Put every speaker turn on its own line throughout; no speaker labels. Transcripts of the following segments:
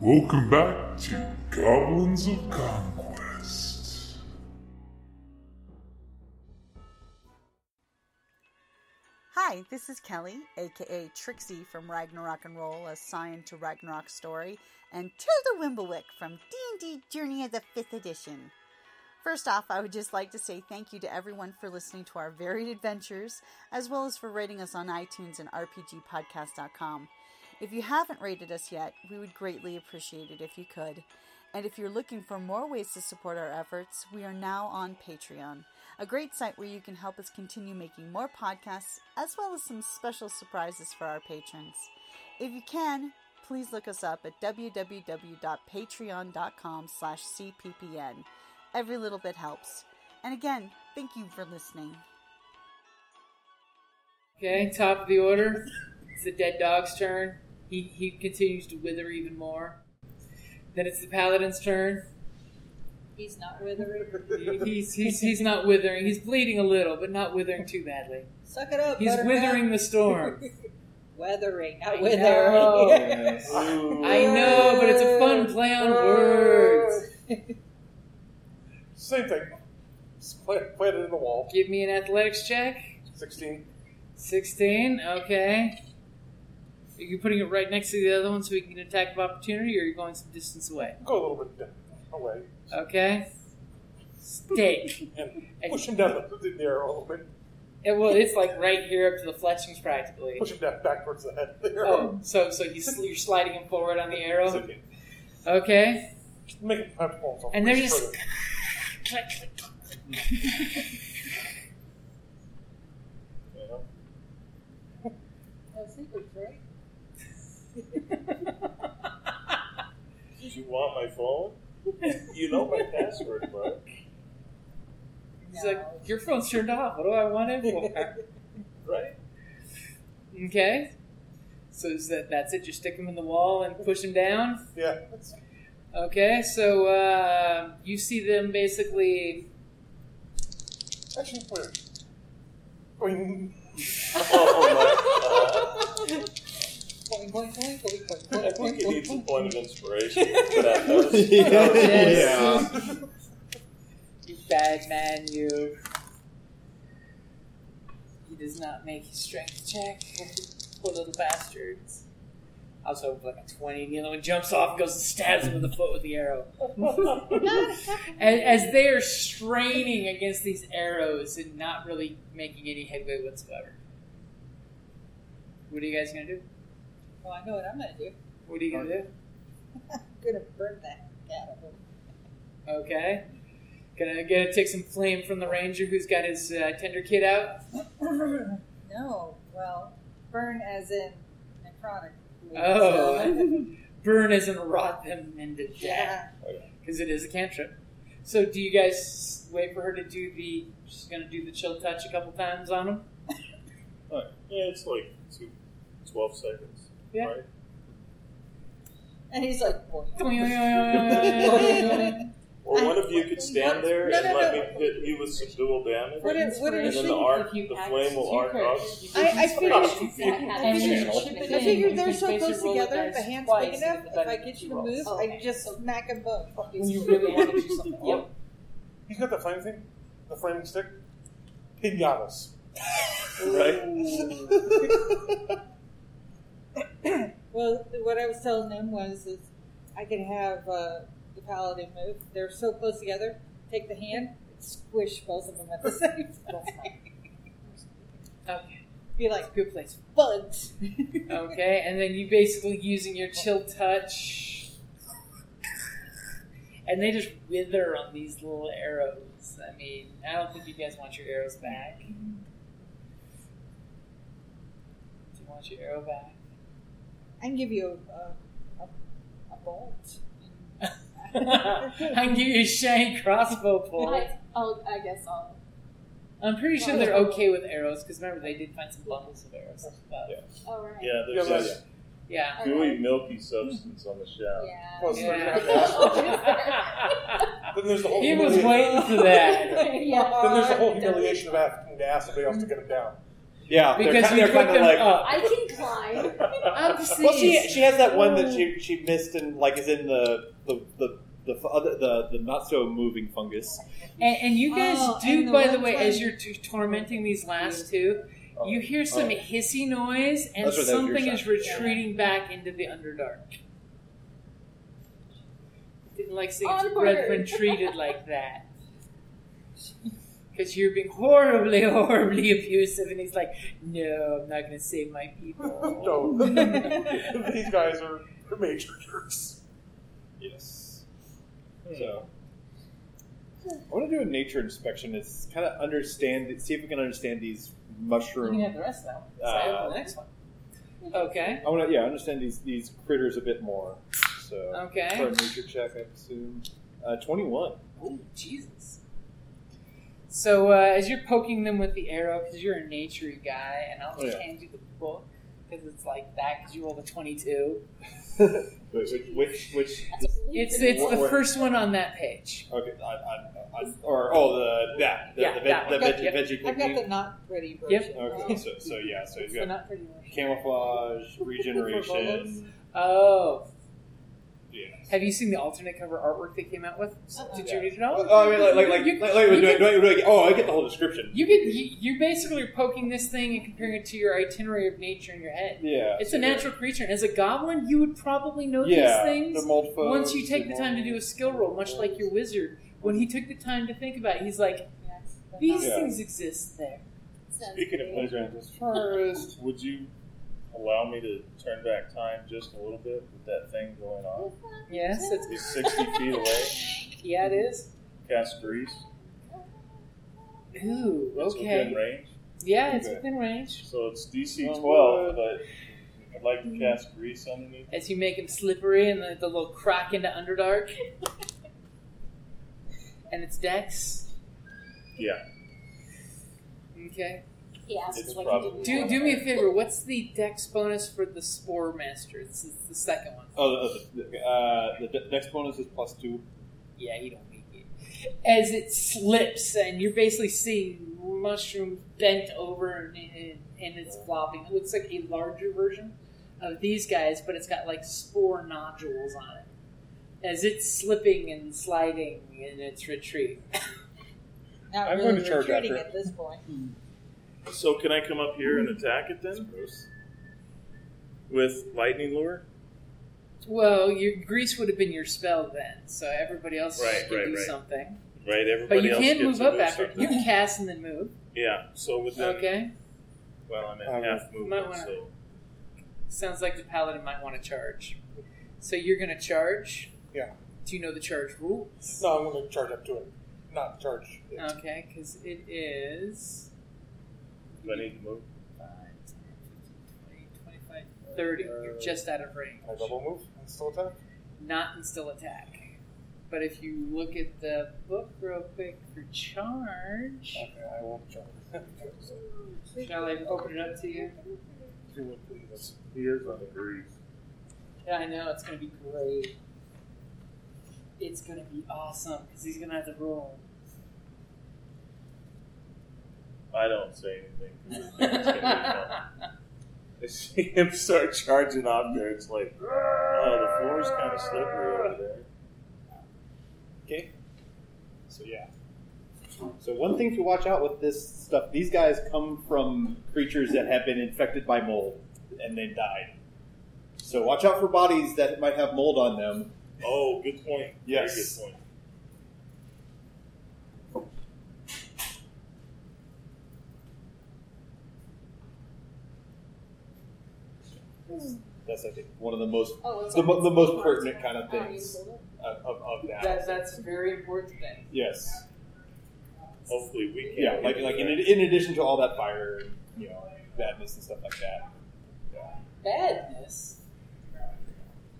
Welcome back to Goblins of Conquest.
Hi, this is Kelly, aka Trixie from Ragnarok and Roll, a Sign to Ragnarok story, and Tilda Wimblewick from D&D Journey of the 5th Edition. First off, I would just like to say thank you to everyone for listening to our varied adventures, as well as for rating us on iTunes and RPGpodcast.com. If you haven't rated us yet, we would greatly appreciate it if you could. And if you're looking for more ways to support our efforts, we are now on Patreon, a great site where you can help us continue making more podcasts, as well as some special surprises for our patrons. If you can, please look us up at www.patreon.com slash cppn. Every little bit helps. And again, thank you for listening.
Okay, top of the order. It's the dead dog's turn. He, he continues to wither even more. Then it's the paladin's turn.
He's not withering.
He's, he's, he's not withering. He's bleeding a little, but not withering too badly.
Suck it up.
He's
buttercup.
withering the storm.
Weathering, not
know.
withering.
I know, but it's a fun play on words.
Same thing. Just play, play it in the wall.
Give me an athletics check.
16.
16, okay. Are you putting it right next to the other one so we can get an attack of opportunity, or are you going some distance away?
Go a little bit down, away.
Okay. Steak.
And push him down the, the arrow a little bit.
And, well, it's like right here up to the fletchings practically.
Push him down backwards the head of the arrow.
Oh, so so you sl- you're sliding him forward on the
It's
arrow.
okay.
Okay.
Make it punch balls. I'll
And they're
push
just-
further.
Click, click, click.
Yeah.
Did you want my phone? You know my password, bro.
He's like, your phone's turned off. What do I want it for?
Right?
okay. So is that that's it? Just stick him in the wall and push him down.
Yeah. That's,
Okay, so uh, you see them basically.
actually, weird. I mean,
Oh, my God.
Boing, boing, boing, boing, boing,
I
boing, boing,
think you need
boing,
some
boing.
point of inspiration for that. That was-
Yes. You bad man, you. He does not make his strength check. Poor little bastards. I was hoping for like a 20, and the other one jumps off and goes and stabs him in the foot with the arrow. and as they are straining against these arrows and not really making any headway whatsoever. What are you guys gonna do?
Well, Oh, I know what I'm gonna do.
What are you gonna do?
I'm gonna burn that cat up.
Okay. Gonna gonna take some flame from the ranger who's got his uh, tender kid out.
No, well, burn as in necrotic.
Oh, burn isn't rot them into death
yeah.
because it is a cantrip. So do you guys wait for her to do the? She's gonna do the chill touch a couple times on him.
Alright. Yeah, it's like two, 12 seconds.
Yeah.
Right?
And he's like, boing.
Or
I-
one of you could stand there
No,
and
no,
let
no.
me hit you with some dual damage.
What it- what it
and
is-
then the arc, the flame will arc up.
I, I
Oh,
figured.
I figured-
I figured they're so close together, the hand's big enough. If I get you to move, I can just smack and boom.
When you really want to do something. Yep.
he's got the flame thing, the flaming stick. Pinatas.
Right?
Well, what I was telling them was is I could have uh, the paladin move. They're so close together. Take the hand, squish both of them at the same time.
Okay.
Be like,
Good place.
bunt.
Okay, and then you basically using your chill touch, and they just wither on these little arrows. I mean, I don't think you guys want your arrows back. Do you want your arrow back?
I can give you a, a, a, a bolt.
I can give you a shiny crossbow bolt.
oh,
I'll, I guess I'll.
I'm pretty sure they're okay with arrows because remember they did find some bundles of arrows. and stuff.
Yeah.
oh,
All right.
Yeah,
Yeah,
there's
that's-
this
Yeah.
gooey, milky substance on the shell.
Plus,
Yeah.
Then there's the whole
he was
humiliation-
waiting for that.
Yeah.
Then there's the whole humiliation of having to ask somebody else to get it down.
Yeah, they're,
Because
ki-
you
they're
put
kind of
them
like.
up.
I can climb.
Up the
Well, she
seas.
she has that one that
Oh.
she she missed and like is in the the the the f- other, the, the not so moving fungus.
And, and you guys
Oh,
do,
and the
by the
one
way,
time-
as you're t- tormenting these last two,
Oh,
you hear some
oh.
hissy noise and
That's what that was your
something is
shot.
retreating back into the underdark. Didn't like seeing its
Onward.
brethren treated like that. Because you're being horribly, horribly abusive, and he's like, "No, I'm not going to save my people."
No, these guys are major jerks.
Yes.
Hmm.
So I want to do a nature inspection. It's kind of understand, see if we can understand these
You can
mushroom.
have the rest now.
So, the
Uh,
next one. Okay.
I want to yeah understand these these critters a bit more. So for a
Okay.
nature check, I assume uh, twenty one.
Oh, Jesus. So uh, as you're poking them with the arrow, because you're a nature guy, and I'll just
Yeah.
hand you the book because it's like that. Because you rolled a twenty-two.
Which which which?
It's it's
What-
the
what-
first one on that page.
Okay, I, I, I, or oh the yeah the,
Yeah,
the,
that
veg, the
one.
veg,
Yep.
veggie
I've got
cooking.
the not pretty version.
Okay, so, so yeah,
It's
so he's
the
got
not pretty version.
camouflage,
Frivolous.
regeneration.
Oh,
Yeah.
have you seen the alternate cover artwork they came out with?
Uh-uh.
Did you
Yeah.
read it all?
Oh, I mean, like, like, like,
You-
like, like,
you
do I-
can-
do I- do I get- oh, I get the whole description.
You could you, you basically are poking this thing and comparing it to your itinerary of nature in your head.
Yeah,
It's
so
a natural creature, and as a goblin, you would probably know
yeah,
these things.
The mold folds,
Once you take the time to do a
mold-
skill roll, much like your wizard, when he took the time to think about it, he's like,
Yes, the
these
Yeah.
things exist there.
Speaking of playground as forest, would you allow me to turn back time just a little bit with that thing going on?
Yes, it's,
He's 60 feet away,
yeah, it is.
cast breeze.
Ooh,
It's within
okay. Oh,
range.
Yeah, it's
Okay.
within range.
So it's DC
Well,
12, but I'd like
Hmm.
to cast grease underneath.
As you make him slippery and the, the little crack into Underdark. and it's Dex.
Yeah.
Okay.
He asked
It's
like
probably-
he
Do,
didn't
do me a favor, what's the Dex bonus for the Spore Master? This is the second one.
Oh, the, the, uh, the de- next bonus is plus two.
Yeah, you don't make it. As it slips, and you're basically seeing mushroom bent over and, and, and it's flopping. It looks like a larger version of these guys, but it's got like spore nodules on it. As it's slipping and sliding in its retreat.
Not
I'm
really
going to charge
retreating
after it.
at this point.
So can I come up here
Hmm.
and attack it then? With lightning lure?
Well, your grease would have been your spell then, so everybody else
Right,
can
right,
do
right.
something.
Right, everybody
But you
else
can
gets
move
to
up
move
after. You
something.
can cast and then move.
Yeah, so within,
Okay.
well, I'm at
Um,
half
might
movement,
wanna-
so
Sounds like the paladin might want to charge. So you're going to charge?
Yeah.
Do you know the charge rules?
No, I'm going to charge up to it, not charge. It.
Okay, because it is
do I need to move?
5, 10, 15, 20, 25, 30. You're just out of range.
Can Uh, I double move and still attack?
Not and still attack. But if you look at the book real quick for charge,
Okay, I won't charge.
shall I open it up to you?
If you would please.
He is on the grease.
Yeah, I know. It's going to be great. It's going to be awesome because he's going to have to roll.
I don't say anything. 'cause it's gonna be enough. I see him start charging off there. It's like, oh, the floor's kind of slippery over there.
Okay. So yeah. So one thing to watch out with this stuff: these guys come from creatures that have been infected by mold and then died. So watch out for bodies that might have mold on them.
Oh, good point.
Yes.
Very good point.
That's I think one of the most
Oh, it's
the,
on
mo-
its
the most
own.
pertinent kind of
Oh, you
things
pulled it.
of, of, of that.
That, that's a very important thing.
Yes.
Hopefully we can.
Yeah.
get
Like like in,
there.
in addition to all that fire, and, you know, badness and stuff like that.
Badness?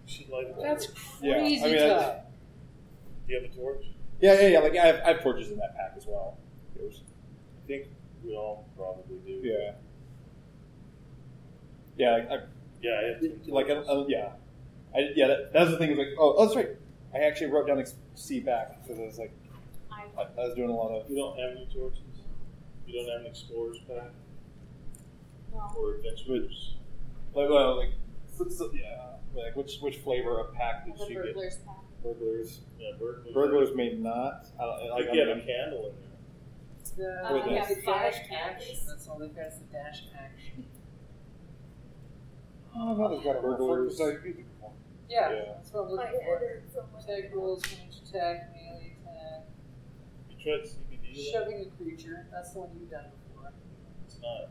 Should light it up.
That's
Yeah.
crazy
I mean, I-
tough.
Do you have a torch?
Yeah, yeah, yeah. Like I have, I have torches in that pack as well. There's-
I think we all probably do.
Yeah. Yeah. Like, I,
Yeah, I have two
like uh, uh, yeah, I, yeah. That, that was the thing. Was like, oh, that's right. I actually wrote down ex- C back because I was like,
I-
I, I was doing a lot of.
You don't have any torches? You don't have an explorer's pack? or adventurers.
Like, well, like, so- so- yeah, like which which flavor of pack did
The
she get?
burglar's pack.
Burglars.
Yeah, burglars.
Burglars may not. I don't,
I
like,
get
I'm-
a candle in there.
The,
Uh, yeah,
the
five
dash action.
candles.
That's all they've got is the dash action.
I don't know. They've got a
Burglars.
roll for it, 'cause I beat them.
Yeah,
Yeah.
that's what I'm
I
looking for.
ordered from
uh,
one
Attack rolls, range attack, melee attack,
You tried CBD?
shoving a creature. That's the one you've done before.
It's not.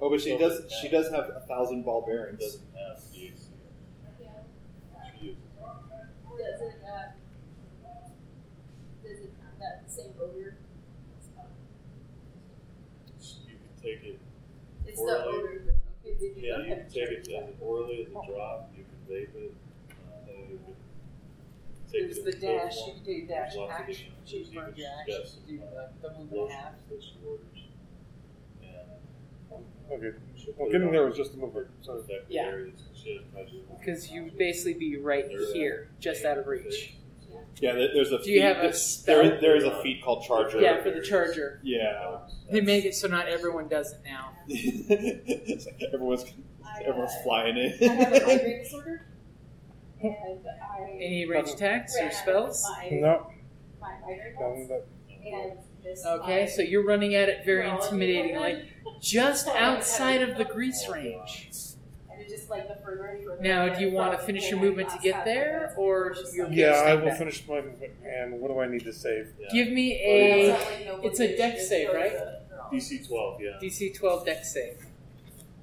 Oh, but she
So-
does. She does have a thousand ball
It
bearings.
doesn't have THC.
Yeah.
She uses
Does it, um, does it have that same odor? It's not-
it. You can take it.
It's
Or
the
like-
odor. Okay, did you
Yeah,
look
you
at
can
it?
take it as orally as a drop. You can vape it. Uh, you can take
There's
it
the
as a
dash. You
form.
can do dash
There's lots of
action.
different
Choose
things
one of
you
your
can
actions
discuss.
to do like the move and a
Motion,
half.
which orders. And
Okay.
she'll
Well,
put
getting
it
there
on
was just a mover. So
affected
Yeah.
areas and shit, measure them.
Because you would basically be right here, just out of reach.
Yeah, there, there's a.
Do you have a
There
spell?
is, there is a feat called Charger.
Yeah, for the charger.
Yeah.
They make it so not everyone does it now.
It's like everyone's
I,
everyone's
uh,
flying
I have an
in.
migraine disorder, and I
Any range attacks
ran
or
out of
spells?
My,
no,
my migraine
done
meds
that.
and uh, missed
Okay,
my-
so you're running at it very
Well, I-
intimidatingly, just outside of the grease range.
And it just like the further and further.
Now,
I
do you
got
want to
from
finish your
where I
movement to
last
get
had
there,
it.
or you're
Yeah, I will
back?
finish my movement. And what do I need to save?
Give me
So,
a
like, no
it's a
one
dex
just
save,
goes
right?
to- they're all-
DC 12, yeah.
DC 12 dex save,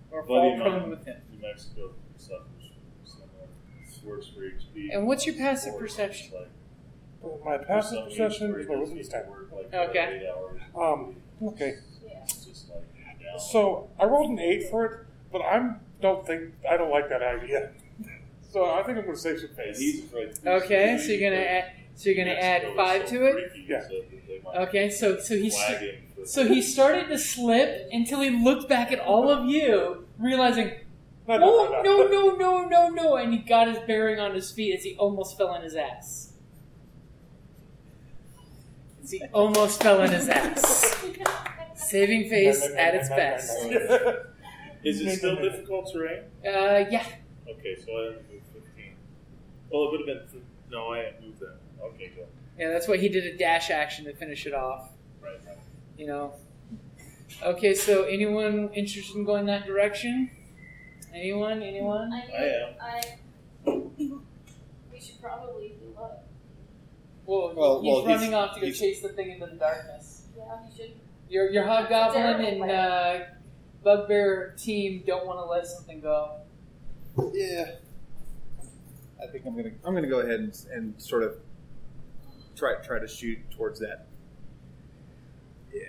or fall
Bloody
prone
Mary.
with him.
New Mexico suffers from some works for HP.
And what's your passive
Or
perception?
it's like-
Well, My
for
passive
some reason
perception
where
is
it
my
just
wisdom
needs
stat.
to work, like,
Okay.
every eight hours.
Um, okay.
Yeah.
It's just like down.
So I rolled an eight for it, but I'm don't think I don't like that idea. So I think I'm going to save some
And
face.
he's afraid-
Okay,
he's
so you're gonna
afraid
add so you're gonna
New
add
Mexico
five
is so
to it.
freaky,
Yeah.
so that they might
Okay, so so he's
flag him for-
so he started to slip until he looked back at all of you, realizing
No, no,
Oh no no no no no! And he got his bearing on his feet as he almost fell on his ass. As he almost fell on his ass. Saving face at its best.
Is it still difficult terrain?
Uh, yeah.
Okay, so I didn't move 15. Well, it would have been. No, I didn't move that. Okay, go.
Yeah, that's why he did a dash action to finish it off.
Right, right.
You know. Okay, so anyone interested in going that direction? Anyone? Anyone?
I,
I am.
I, we should probably do what?
Well,
Well,
he's
well, he's-
running off to go
he's-
chase the thing into the darkness.
Yeah, we should.
Your your hobgoblin
Terrible
and uh, bugbear team don't want to let something go.
yeah. I think I'm gonna I'm gonna go ahead and, and sort of try try to shoot towards that.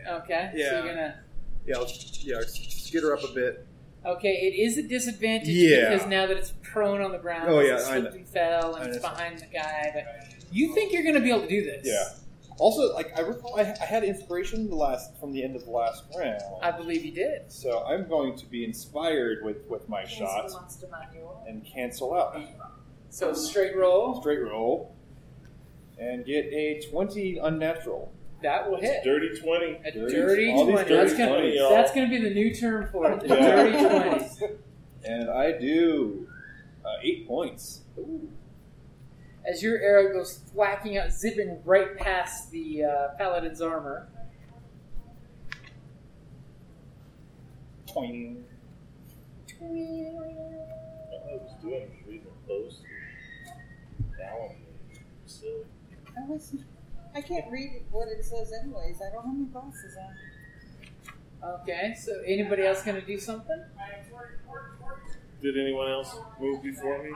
Okay. So
Yeah.
you're gonna.
Yeah, I'll, yeah, I'll get her up a bit.
Okay, it is a disadvantage
Yeah.
because now that it's prone on the ground,
Oh,
because
yeah,
it
I
slipped
know.
and fell,
I
and it's behind
understand.
the guy. But you think you're gonna be able to do this?
Yeah. Also, like I recall, I, I had inspiration the last from the end of the last round,
I believe you did.
so I'm going to be inspired with with my shot and cancel out.
So straight roll.
Straight roll and get a twenty unnatural.
That will hit.
Dirty 20.
A
dirty-
dirty
all these
twenty.
dirty
that's gonna
20, y'all.
that's gonna be the new term for it. The
Yeah.
dirty twenty.
And I do uh, eight points.
As your arrow goes whacking out, zipping right past the uh, paladin's armor.
Toing.
All I was doing was reading a post. Now I'm silly.
I wasn't. I can't read what it says, anyways. I don't have any glasses on.
Okay, so anybody else gonna do something?
Did anyone else move before me?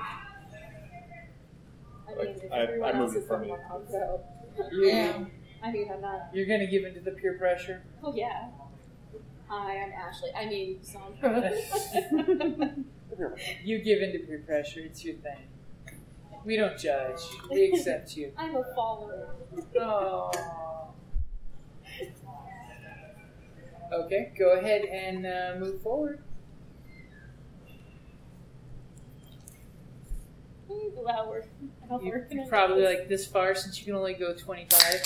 I mean, if
I- I
everyone
moved
else
in
is
front of
on
you.
one, so,
Yeah.
I mean, I'm not,
You're gonna give into the peer pressure.
oh yeah. Hi, I'm Ashley, I mean, Sandra.
you give into peer pressure, it's your thing. We don't judge. We accept you.
I'm a follower.
Oh. Okay, go ahead and uh, move forward.
Ooh, Wow, we're, how
You,
we're
you're
gonna-
probably like this far since you can only go 25.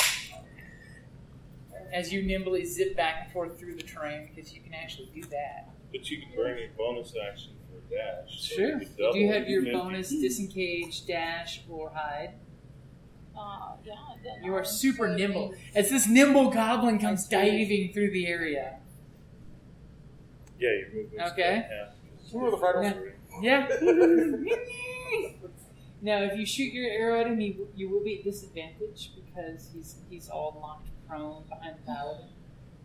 As you nimbly zip back and forth through the terrain, because you can actually do that.
But you can burn your bonus action for a dash. so
Sure.
you could
You do
double
have your
50.
bonus disengage, dash, or hide.
Uh, yeah, then
You are
I'll
super
put
nimble.
these-
As this nimble goblin comes
I see.
diving through the area.
Yeah, your movement's
Okay.
cut in half.
Who are the final?
Yeah. Yeah. now, if you shoot your arrow at him, you, you will be at disadvantage because he's he's all locked prone behind the paladin.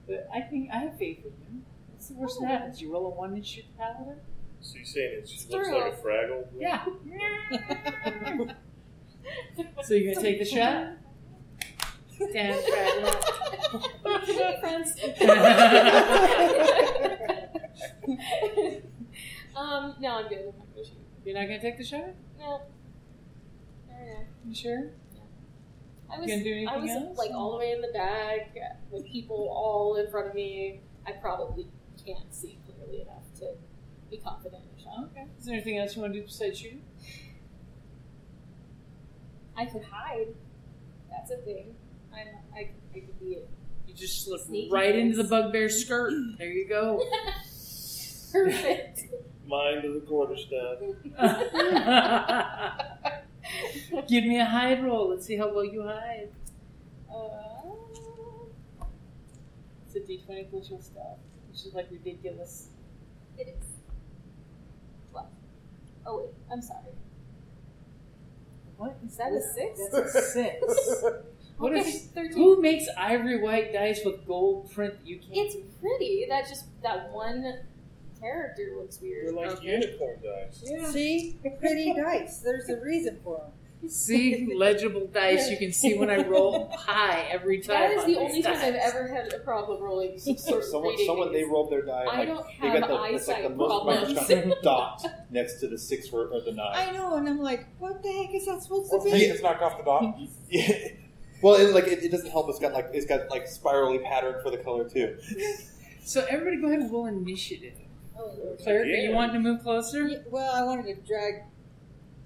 But I think I have faith in him. What's the worst that happens? You roll a one and shoot the paladin?
So you're saying it she
Throw
looks like a Fraggle?
Yeah. so you're gonna take the shot? Damn
friends. um, no, I'm good. I'm not gonna shoot.
You're not gonna take the shot?
No. I don't know.
You sure?
I
You
was,
gonna do anything
I was
else?
like all the way in the back with people all in front of me. I probably can't see clearly enough to be confident in a shot.
Okay. Is there anything else you want to do besides shooting?
I could hide. That's a thing. I'm, I, I could be it.
You just slip
Sneaky
right into the
moves.
bugbear skirt. There you go.
Perfect.
Mine to the quarterstaff.
Give me a hide roll. Let's see how well you hide.
uh,
It's a d20 plus your stuff, which is like ridiculous.
It is. What? Oh wait, I'm sorry.
What?
Is that a six?
That's a six. What
okay,
is-
thirteen.
Who makes ivory white dice with gold print? that You can't.
It's pretty. That just that one character looks
You're
weird.
like
Okay.
unicorn dice.
See, pretty dice. There's a reason for them.
see legible dice. You can see when I roll high every time.
That is
on
the
these
only time I've
dice.
ever had a problem rolling some sort of
Someone,
reading.
someone they rolled their die.
I
like,
don't
they
have
got the, it's
eyesight
like the most
problems.
microscopic dot next to the six or, or the
Uh,
nine.
I know, and I'm like, what the heck is that supposed
Well,
to
the
be?
thing is knocked off the dot.
Yeah. Well, it, like it, it doesn't help. It's got like it's got like spirally pattern for the color too.
So everybody, go ahead and roll initiative.
Oh, Lord.
Cleric, are you
Yeah.
wanting to move closer?
Well, I wanted to drag,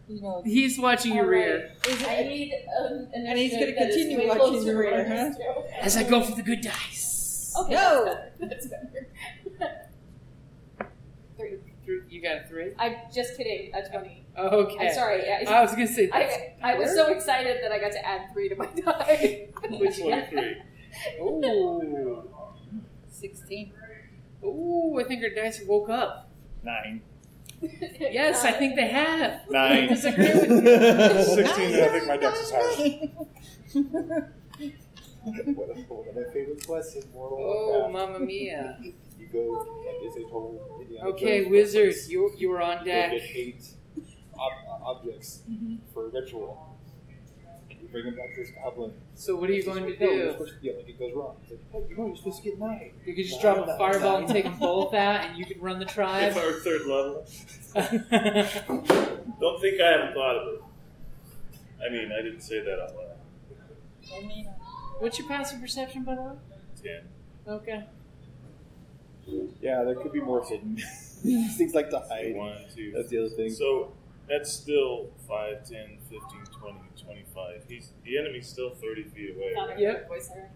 you know,
He's watching your
All
rear.
is
I
it,
need um, an
And he's
initiative
gonna
that is
continue
way
watching
closer
your
to
rear,
where
huh?
this goes.
As I go for the good dice.
Okay,
No.
that's better. That's better. Three.
Three- You got a three?
I'm just kidding. A twenty.
Okay.
I'm sorry. I,
I was gonna say that's
I, I was so excited that I got to add three to my die.
Which one three?
Ooh.
16?
Ooh, I think her dice woke up.
Nine,
Yes, I think they have.
nine.
Disagree with
Sixteen, and I think my dex is higher.
What a- one of my favorite quests in Mortal
Oh,
Kombat.
mamma mia.
You go. That is a total. Indiana
Okay,
Jones
wizard,
reference.
you, you were Mm-hmm. on
You
deck.
get eight ob- uh, objects for a ritual. You bring them back to this goblin.
So what are you going to
He's like, No, you're
do?
supposed to get like it goes wrong. He's like, oh, you know, you're supposed to get nine.
You could just drop a fireball and take them both out, and you could run the
If
tribe.
I were third level.
okay,
Don't think I haven't thought of it. I mean, I didn't say that out loud.
what's your passive perception, by the way?
Ten.
Okay.
Yeah, there could be more hidden things like the hide.
One, two.
That's the other thing.
So that's still 5, 10, 15, 20, 25. He's, the enemy's still 30 feet away.
Not a
Yep.
voice there.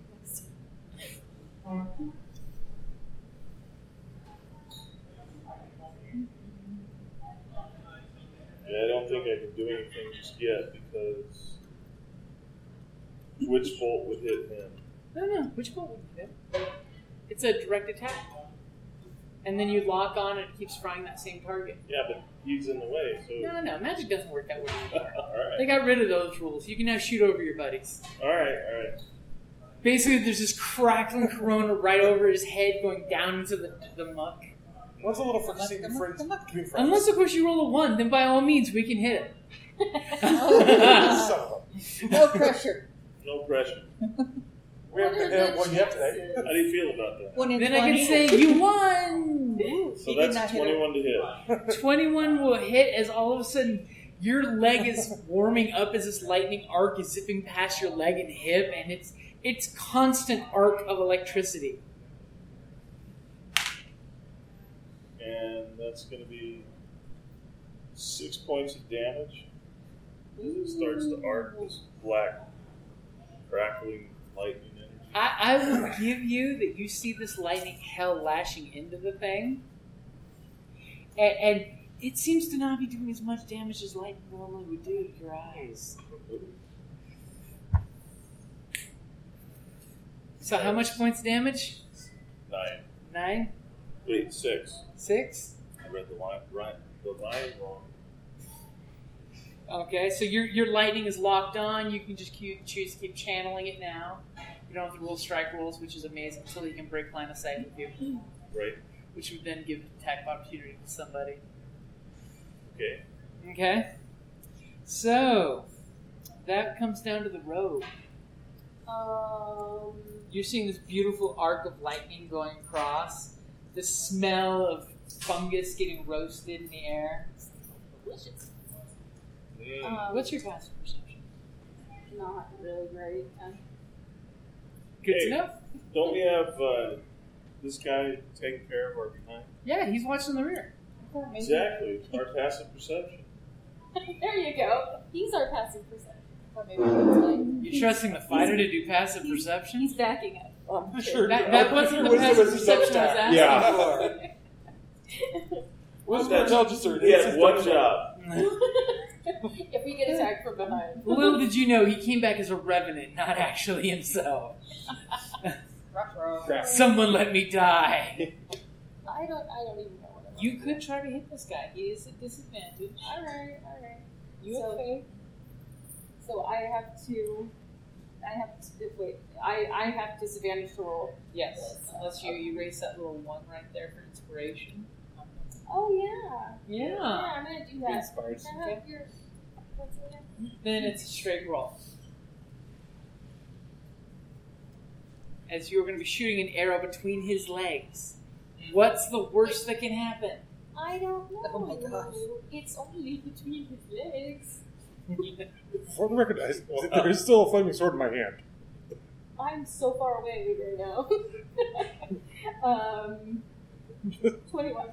Yeah, I don't think I can do anything just yet because which bolt would hit him?
No, no. Which bolt would you do? It's a direct attack. And then you lock on, and it keeps frying that same target.
Yeah, but he's in the way, so.
No, no. Magic doesn't work that way anymore. They
Alright,
got rid of those rules. You can now shoot over your buddies.
alright, alright.
Basically, there's this crackling corona right over his head going down into the, the muck.
What's a little friend? friends between friends?
Unless, of course, you roll a one, then by all means, we can hit it.
Oh,
Son of a-
No pressure.
No pressure.
We haven't been hit one yet today.
How do you feel about that?
One in
then I
20.
can say, You won!
So
He did not
that's
hit her.
21 to hit.
21 will hit as all of a sudden your leg is warming up as this lightning arc is zipping past your leg and hip, and it's it's constant arc of electricity.
And that's going to be six points of damage. As it starts to arc this black, crackling lightning energy.
I, I will give you that you see this lightning hell lashing into the thing, and, and it seems to not be doing as much damage as lightning normally would do to your eyes. So how much points damage?
Nine.
Nine,
Wait, six.
six.
I read the line right. The line wrong.
Okay, so your your lightning is locked on. You can just keep, choose to keep channeling it now. You don't have to roll strike rolls, which is amazing. So you can break line of sight with you,
Right.
which would then give attack of opportunity to somebody.
Okay.
Okay. So that comes down to the road.
Um,
You're seeing this beautiful arc of lightning going across. The smell of fungus getting roasted in the air.
delicious.
Mm.
Um,
What's your passive perception?
not really great. Um,
Good
Hey.
to know.
Don't we have uh, this guy taking care of our behind?
Yeah, he's watching the rear.
Exactly. Our passive perception.
there you go. He's our passive perception. Or
Uh.
maybe that's like,
You're trusting the fighter to do passive perception?
he's backing up.
Sure.
That, that wasn't the
Wizard
passive
is
perception I was
upstairs.
asking
Yeah.
for.
What's the
But that's-
intelligence or
He has one job.
if we get attacked from behind.
Little did you know, he came back as a revenant, not actually himself.
Rough road.
Crap.
Someone let me die.
I don't. I don't even know what. I want
You
to
could
do.
try to hit this guy. He is at disadvantage.
All right. All right.
You
So-
okay?
So I have to. I have to wait. I I have disadvantage to roll.
Yes. Unless you erase that little one right there for inspiration.
Oh yeah.
Yeah.
I'm gonna do
Be
that.
inspired.
Can I have your- what's it again?
Then it's a straight roll. As you're going to be shooting an arrow between his legs. What's the worst that can happen?
I don't know.
Oh my gosh.
It's only between his legs.
For the record, I, there's still a flaming sword in my hand.
I'm so far away right now. um, twenty-one.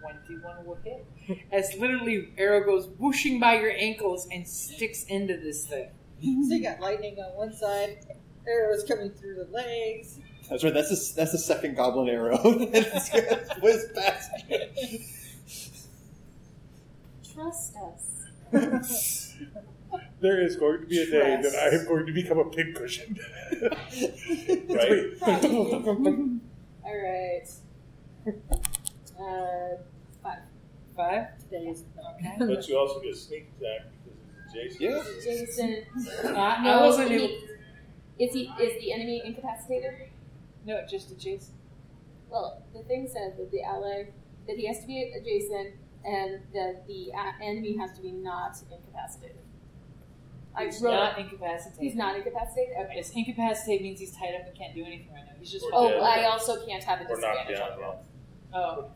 21 will hit. As literally arrow goes whooshing by your ankles and sticks into this thing.
So you got lightning on one side, arrows coming through the legs.
That's right. That's a, that's the second goblin arrow. that was past. you.
Trust us.
There is going to be a day that I am going to become a pincushion.
Right?
All right. Uh,
Five?
today is
But you also get sneak attack because it's adjacent.
Yeah.
Jason.
Uh, I wasn't able.
he- Is he is the enemy incapacitated?
No, just a Jason.
Well, the thing said that the ally that he has to be adjacent, and that the uh, enemy has to be not incapacitated. I
He's
wrote.
not incapacitated.
he's not incapacitated. Okay.
Yes, incapacitated means he's tied up and can't do anything right now. He's just.
Or
Oh,
dead.
I also can't have a
Or knocked
disadvantage.
down. Well,
uh,
Oh.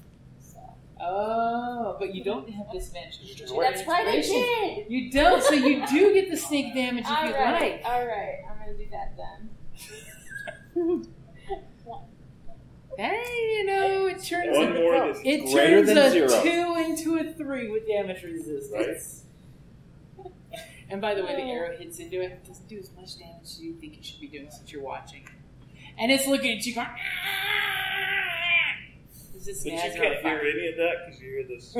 Oh, but you don't have disadvantage.
That's
You're
That's
an
right, I
inspiration.
did.
You don't, so you do get the sneak damage if
All
you
right,
like.
all right. I'm gonna do that then.
Hey, you know, it turns
One more and it's
it
greater
turns
than
a
zero.
two into a three with damage resistance. and by the way, the arrow hits into it. It doesn't do as much damage as you think it should be doing since you're watching. And it's looking at you going. "Ah!" It's just
But you
snags
can't
on
hear
fire.
any of that because you hear this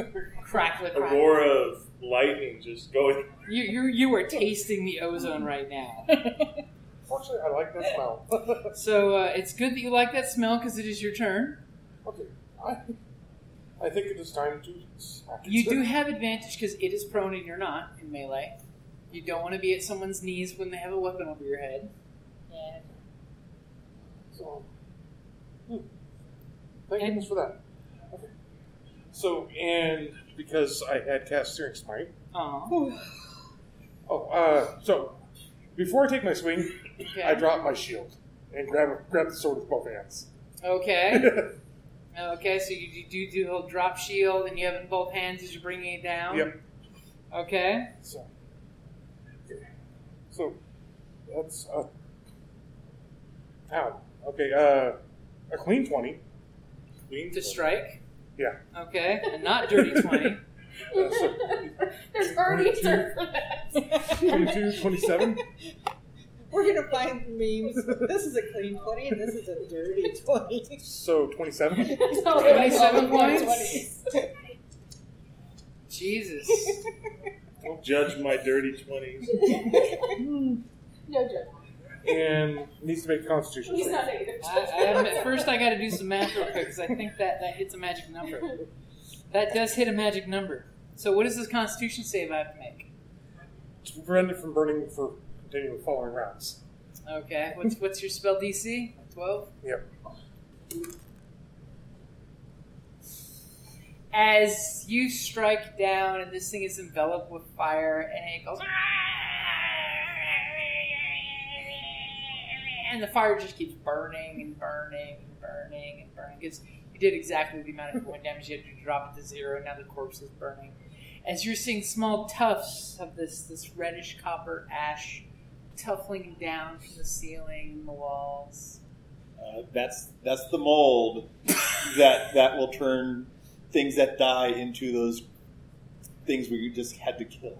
Crackle, crackle.
aurora of lightning just going.
You, you, you are tasting the ozone right now.
Fortunately, I like that smell.
So uh, it's good that you like that smell because it is your turn.
okay. I, I think it is time to. smack it.
You do have advantage because it is prone and you're not in melee. You don't want to be at someone's knees when they have a weapon over your head.
Yeah.
So, hmm. Thank goodness for that. Okay. So, and because I had cast Searing Smite.
Aw.
Oh, uh, so, before I take my swing,
Okay.
I drop my shield and grab, grab the sword with both hands.
okay. Okay, so you, you do do the whole drop shield and you have it in both hands as you're bringing it down?
Yep.
Okay.
So, so that's uh, ow. Okay, uh, a clean twenty.
Clean
To strike?
Yeah.
Okay. And not dirty 20.
Uh, so
There's already a term for that.
22, 27.
We're we're gonna find memes. This is a clean twenty, and this is a dirty twenty.
So 27?
Twenty-seven points. Jesus.
Don't judge my dirty 20s.
no joke.
and needs to make a constitution.
He's
save.
not negative.
I, I admit, first, I got to do some math real quick because I think that that hits a magic number. That does hit a magic number. So, what is this Constitution save I have to make?
To prevent it from burning for continuing following rounds.
Okay. What's what's your spell DC? Twelve.
Yep.
As you strike down, and this thing is enveloped with fire, and it goes, and the fire just keeps burning and burning and burning and burning. Because you did exactly the amount of point damage you had to drop it to zero. and Now the corpse is burning. As you're seeing small tufts of this this reddish copper ash tuffling down from the ceiling and the walls.
Uh, that's that's the mold that that will turn things that die into those things we just had to kill.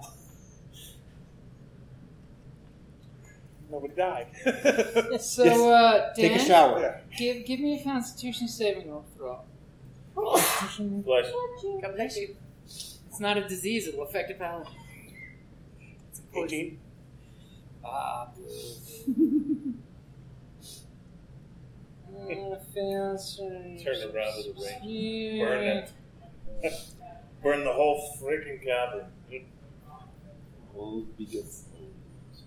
Nobody died.
So,
Yes.
uh, Dan,
Take a shower.
Give, give me a Constitution saving roll throw.
Bless you.
God bless you. It's not a disease; it will affect a palate. It's a poison.
18.
Ah, Uh,
Turn it around with the ring.
Yeah.
Burn it. Burn the whole freaking cabin.
Old begets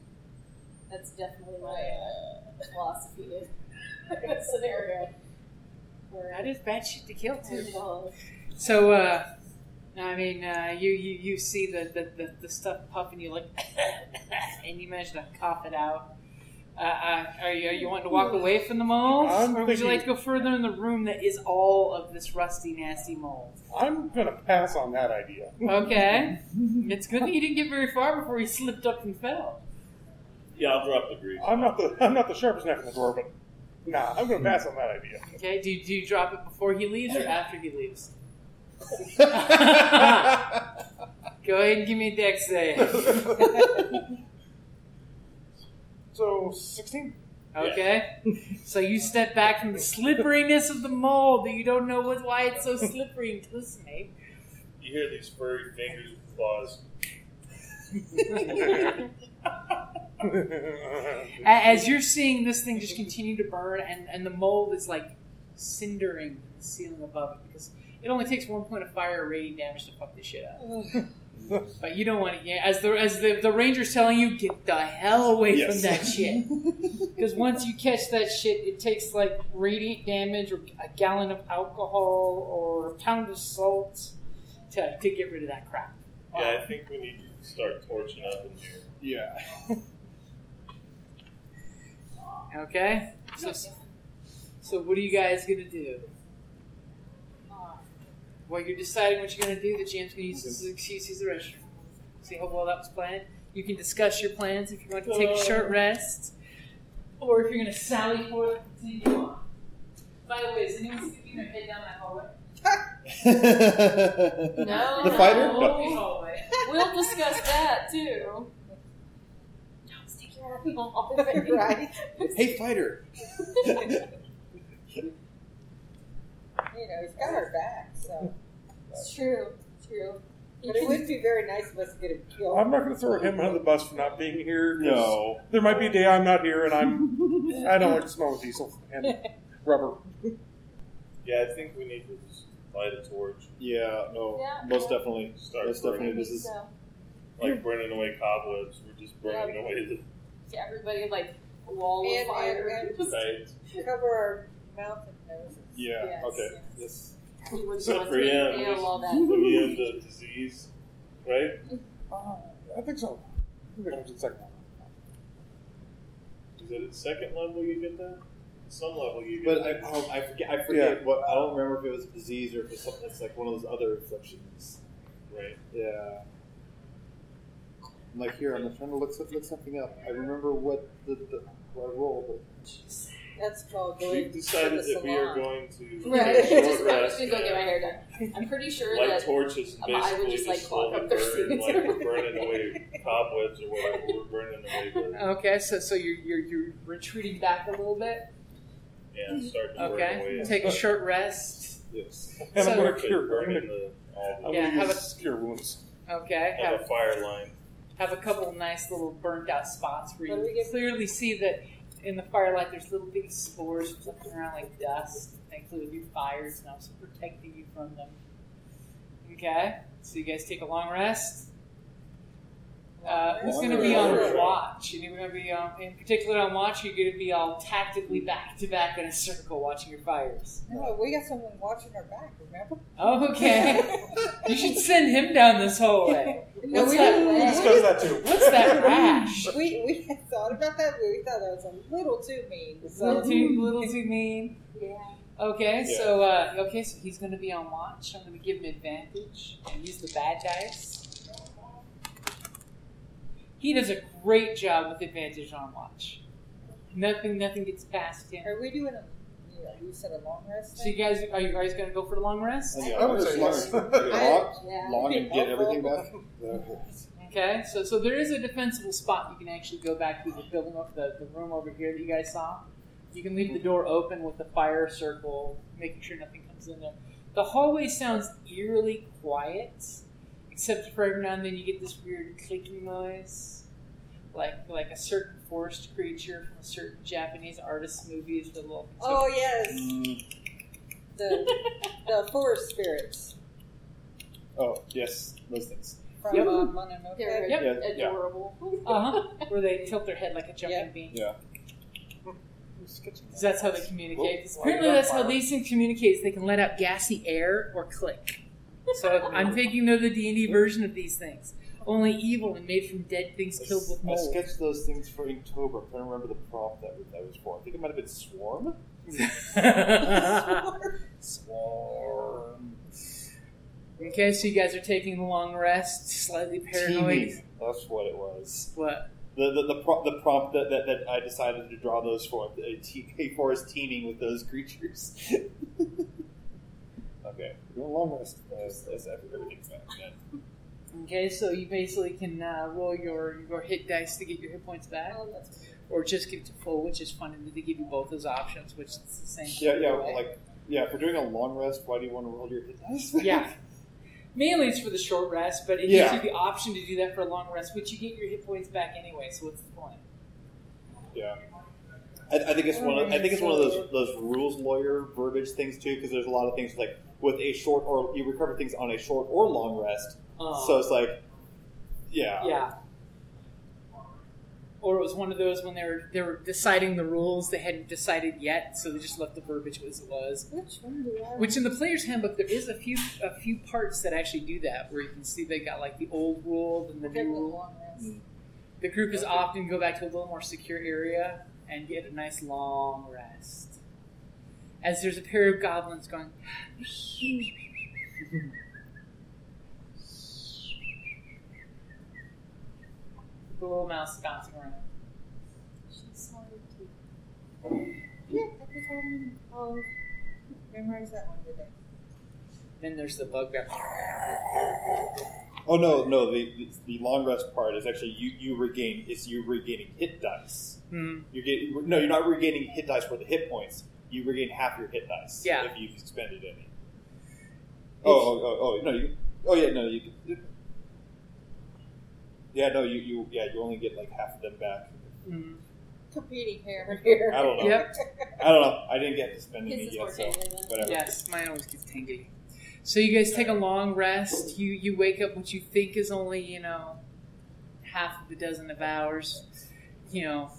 That's definitely my uh, philosophy to scenario. Where
That is bad shit to kill too.
involved.
So, uh, I mean, uh, you, you you see the, the, the, the stuff puff, and you like, and you manage to cough it out. Uh, uh, are you are you wanting to walk away from the mold,
I'm
or would you
thinking-
like to go further in the room that is all of this rusty, nasty mold?
I'm going to pass on that idea.
Okay, it's good that you didn't get very far before you slipped up and fell.
Yeah, I'll drop the grease.
I'm not the I'm not the sharpest knife in the drawer, but nah, I'm going to pass on that idea.
Okay, do you, do you drop it before he leaves or after he leaves? Go ahead and give me a dex save.
So 16?
Okay. so you step back from the slipperiness of the mold that you don't know what, why it's so slippery and glistening.
You hear these furry fingers and claws.
A- As you're seeing this thing just continue to burn, and, and the mold is like cindering the ceiling above it because it only takes one point of fire rating damage to fuck this shit up. But you don't want to. Yeah, as the as the, the ranger's telling you, get the hell away
Yes.
from that shit. Because once you catch that shit, it takes like radiant damage or a gallon of alcohol or a pound of salt to, to get rid of that crap.
Yeah, I think we need to start torching up in here.
Yeah.
Okay. So, so what are you guys gonna do? While you're deciding what you're gonna do, the GM's gonna use this as an excuse to use the restroom. See how well that was planned. You can discuss your plans if you want to take a short rest, Uh. or if you're gonna sally forth and continue on. By the way, is anyone sticking their head down that hallway?
No.
The fighter?
Oh, hallway.
We'll discuss that too. Don't stick your head in the wall.
right?
Hey, fighter.
You know, he's got our back, so.
It's true. True. You
But it
can-
would be very nice of us to get him killed.
I'm not going to throw him under the bus for not being here. 'cause
No.
There might be a day I'm not here and I'm I don't like to smell diesel and rubber.
Yeah, I think we need to just light a torch.
Yeah. No.
Yeah.
Most definitely.
Start
Most
I
definitely.
think
This is
so.
Like burning away cobwebs. We're just burning away the
To everybody, like a wall
And-
of fire.
and- and-
sides.
Cover our mouth and noses.
Yeah.
Yes,
okay.
yes.
Yes.
He wouldn't
Except
want
for
to
him.
inhale all that.
Again, the disease. Right?
Uh, I think so. I think that was the second one.
Is it at second level you get that? Some level you get
But I,
that.
oh, I forget. I forget what. I don't remember if it was a disease or if it's something that's like one of those other afflictions.
right.
Yeah. I'm like here. I'm trying to look, look something up. I remember what the, the what I rolled. But
That's called going
We've decided
to the
that we are
salon.
going to
Right.
take a short
just, I'm just
rest
gonna go get my
and
hair done. I'm pretty sure
light
that
torches and
I would
basically
just,
just,
like, clog
slowly
up their
burn,
seats
like
or
we're burning away cobwebs or whatever. We're burning away. We're,
Okay, so so you're you're, you're retreating back a little bit.
yeah, starting to burn
Okay,
away.
take a short rest.
Yes.
And I'm
So-
going to
Burning
cure. I'm going
the, all the-
to
Yeah, have
use cure wounds.
Okay,
have a
have
fire line.
have a couple of nice little burnt out spots where
What do we
you
get?
clearly see that in the firelight there's little big spores flipping around like dust. They include your fires and also protecting you from them. Okay, so you guys take a long rest. Uh, who's going to be on
Long
watch? Anyone going to be on, in particular on watch? You're going to be all tactically back to back in a circle watching your fires.
No, we got someone watching our back. Remember?
Okay, you should send him down this hallway. What's
we,
that?
We discussed that too.
What's that rash?
We we had thought about that, but we thought that was a little too mean. So
little too little too mean.
yeah,
Okay,
Yeah.
so uh, okay, so he's gonna be on watch. I'm gonna give him advantage and use the bad dice. He does a great job with advantage on watch. Nothing, nothing gets past him.
are we doing a? You, know, you said a long rest.
So you
Thing?
guys, are you guys gonna go for the long rest?
Yeah,
I would
just
say
long-
yes.
Long,
yeah.
long and get everything back.
Okay, so so there is a defensible spot you can actually go back to the building, the, the room over here that you guys saw. You can leave the door open with the fire circle, making sure nothing comes in there. The hallway sounds eerily quiet, except for every now and then you get this weird clicking noise, like like a certain forest creature from a certain Japanese artist movie is the little.
Oh yes,
Mm,
the the forest spirits
oh yes, those things.
from
Yep.
uh, Mononoke.
They're
Yep.
Yeah, yeah.
adorable.
uh huh, where they tilt their head like a jumping
Yeah.
bean.
Yeah.
Because that's how they communicate.
Well,
Apparently,
why
that's
not
how
fire?
these things communicate. Is they can let out gassy air or click. So I'm thinking they're the D and D version of these things, only evil and made from dead things killed with
I
mold.
sketched those things for Inktober. I'm trying to remember the prompt that was- that was for. I think it might have been Swarm. Swarm.
okay, so you guys are taking a long rest, slightly paranoid.
Teaming. That's what it was.
What?
The the, the, pro- the prompt that, that, that I decided to draw those for a, te- a forest teeming with those creatures. okay, we're going long rest as, as everything's back. Then.
Okay, so you basically can uh, roll your your hit dice to get your hit points back,
Oh, that's weird.
or just give it to full, which is fun. And they give you both those options, which is the same.
Yeah, yeah,
either way.
like yeah. If we're doing a long rest, why do you want to roll your hit dice?
Yeah. Mainly it's for the short rest, but it
Yeah.
gives you the option to do that for a long rest, which you get your hit points back anyway. So what's the point?
Yeah. I, I think it's one. Of, I think it's one of those those rules lawyer verbiage things too, because there's a lot of things like with a short or you recover things on a short or long rest.
Um,
So it's like, yeah,
yeah. Or it was one of those when they were they were deciding the rules they hadn't decided yet, so they just left the verbiage as it was.
Which one do I?
Which in the player's handbook there is a few a few parts that actually do that, where you can see they got like the old rule and the
Okay,
new
well,
rule.
long rest.
The group is often go back to a little more secure area and get a nice long rest. As there's a pair of goblins going. the little mouse bouncing around.
She's so cute.
Yeah, I think I'm. Oh, memorize that one today.
Then there's the bugbear.
Oh no, no. The, the the long rest part is actually you you regain is you regaining hit dice.
Hmm.
You get no, you're not regaining hit dice for the hit points. You regain half your hit dice.
Yeah.
if you've expended any. Oh, oh, oh, oh no, you. Oh yeah, no, you. Yeah, no, you, you. Yeah, you only get like half of them back.
Hmm.
Competing hammer here.
I don't know.
Yep.
I don't know. I didn't get to spend
His
any
is
yet,
more
so
tender than-
whatever.
Yes, mine always gets tingly. So you guys take a long rest. You you wake up what you think is only you know half of the dozen of hours. You know,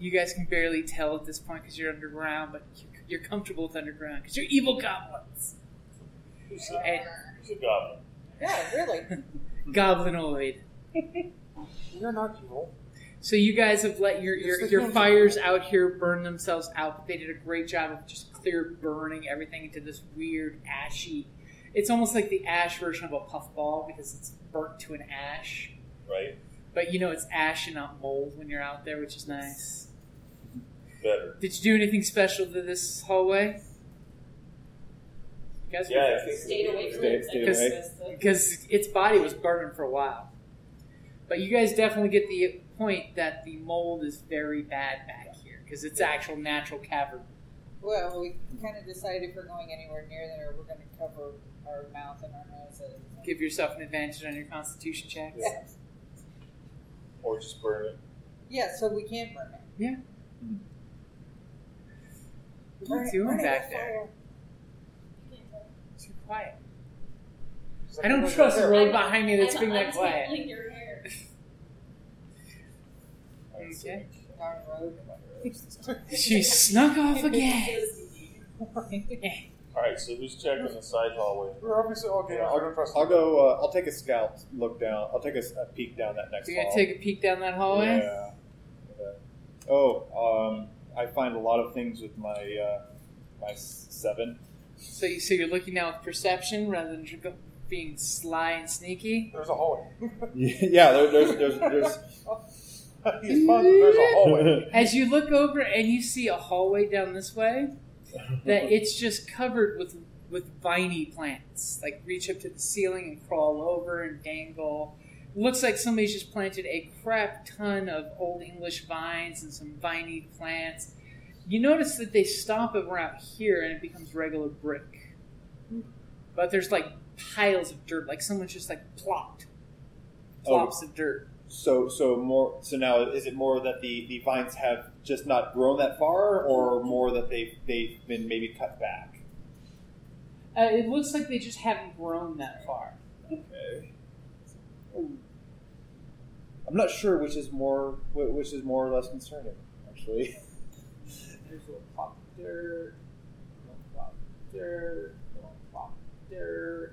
you guys can barely tell at this point because you're underground, but you- you're comfortable with underground because you're evil eh, goblins. And
It's a goblin.
Yeah, really.
goblinoid.
You're not evil.
So you guys have let your your,
It's the
your
hands-
fires out here burn themselves out, but they did a great job of just clear burning everything into this weird ashy. It's almost like the ash version of a puffball because it's burnt to an ash.
Right.
But you know it's ash and not mold when you're out there, which is nice.
better.
Did you do anything special to this hallway? You guys
Yeah, I think
Stayed away from
Stay-
it.
stay
I
away.
guess that's the-
because its body was burning for a while. But you guys definitely get the point that the mold is very bad back here because it's actual natural cavern.
Well, we kind of decided if we're going anywhere near there, we're going to cover our mouth and our noses.
Give yourself an advantage on your Constitution checks.
yeah.
Or just burn it.
yeah, so we can burn it.
What are you doing back there? Too quiet.
It's like
I don't
another
trust a
pair.
road behind me that's
I'm
being that quiet.
untangling your hair.
Okay.
Darn road.
She snuck off again.
Alright, so who's checking the side hallway?
We're obviously all gay.
Yeah,
I don't trust
I'll go. Uh, I'll take a scout look down. I'll take a, s- a peek down that next.
You're gonna
hall.
take a peek down that hallway.
Yeah. Yeah. Oh, um, I find a lot of things with my uh, my s- seven.
So, you, so you're looking now with perception rather than dr- being sly and sneaky.
There's a hallway.
yeah, there, there's there's there's
He's fun. There's a hallway.
As you look over and you see a hallway down this way, that it's just covered with with viney plants. Like reach up to the ceiling and crawl over and dangle. Looks like somebody's just planted a crap ton of old English vines and some viney plants. You notice that they stop it around here and it becomes regular brick. But there's like piles of dirt, like someone's just like plopped.
Oh.
Plops of dirt.
so so more. So now is it more that the the vines have just not grown that far, or more that they they've been maybe cut back?
Uh, it looks like they just haven't grown that far.
I'm not sure which is more wh- which is more or less concerning. Actually,
There's a little plop of dirt, a little plop of dirt, a little plop of dirt.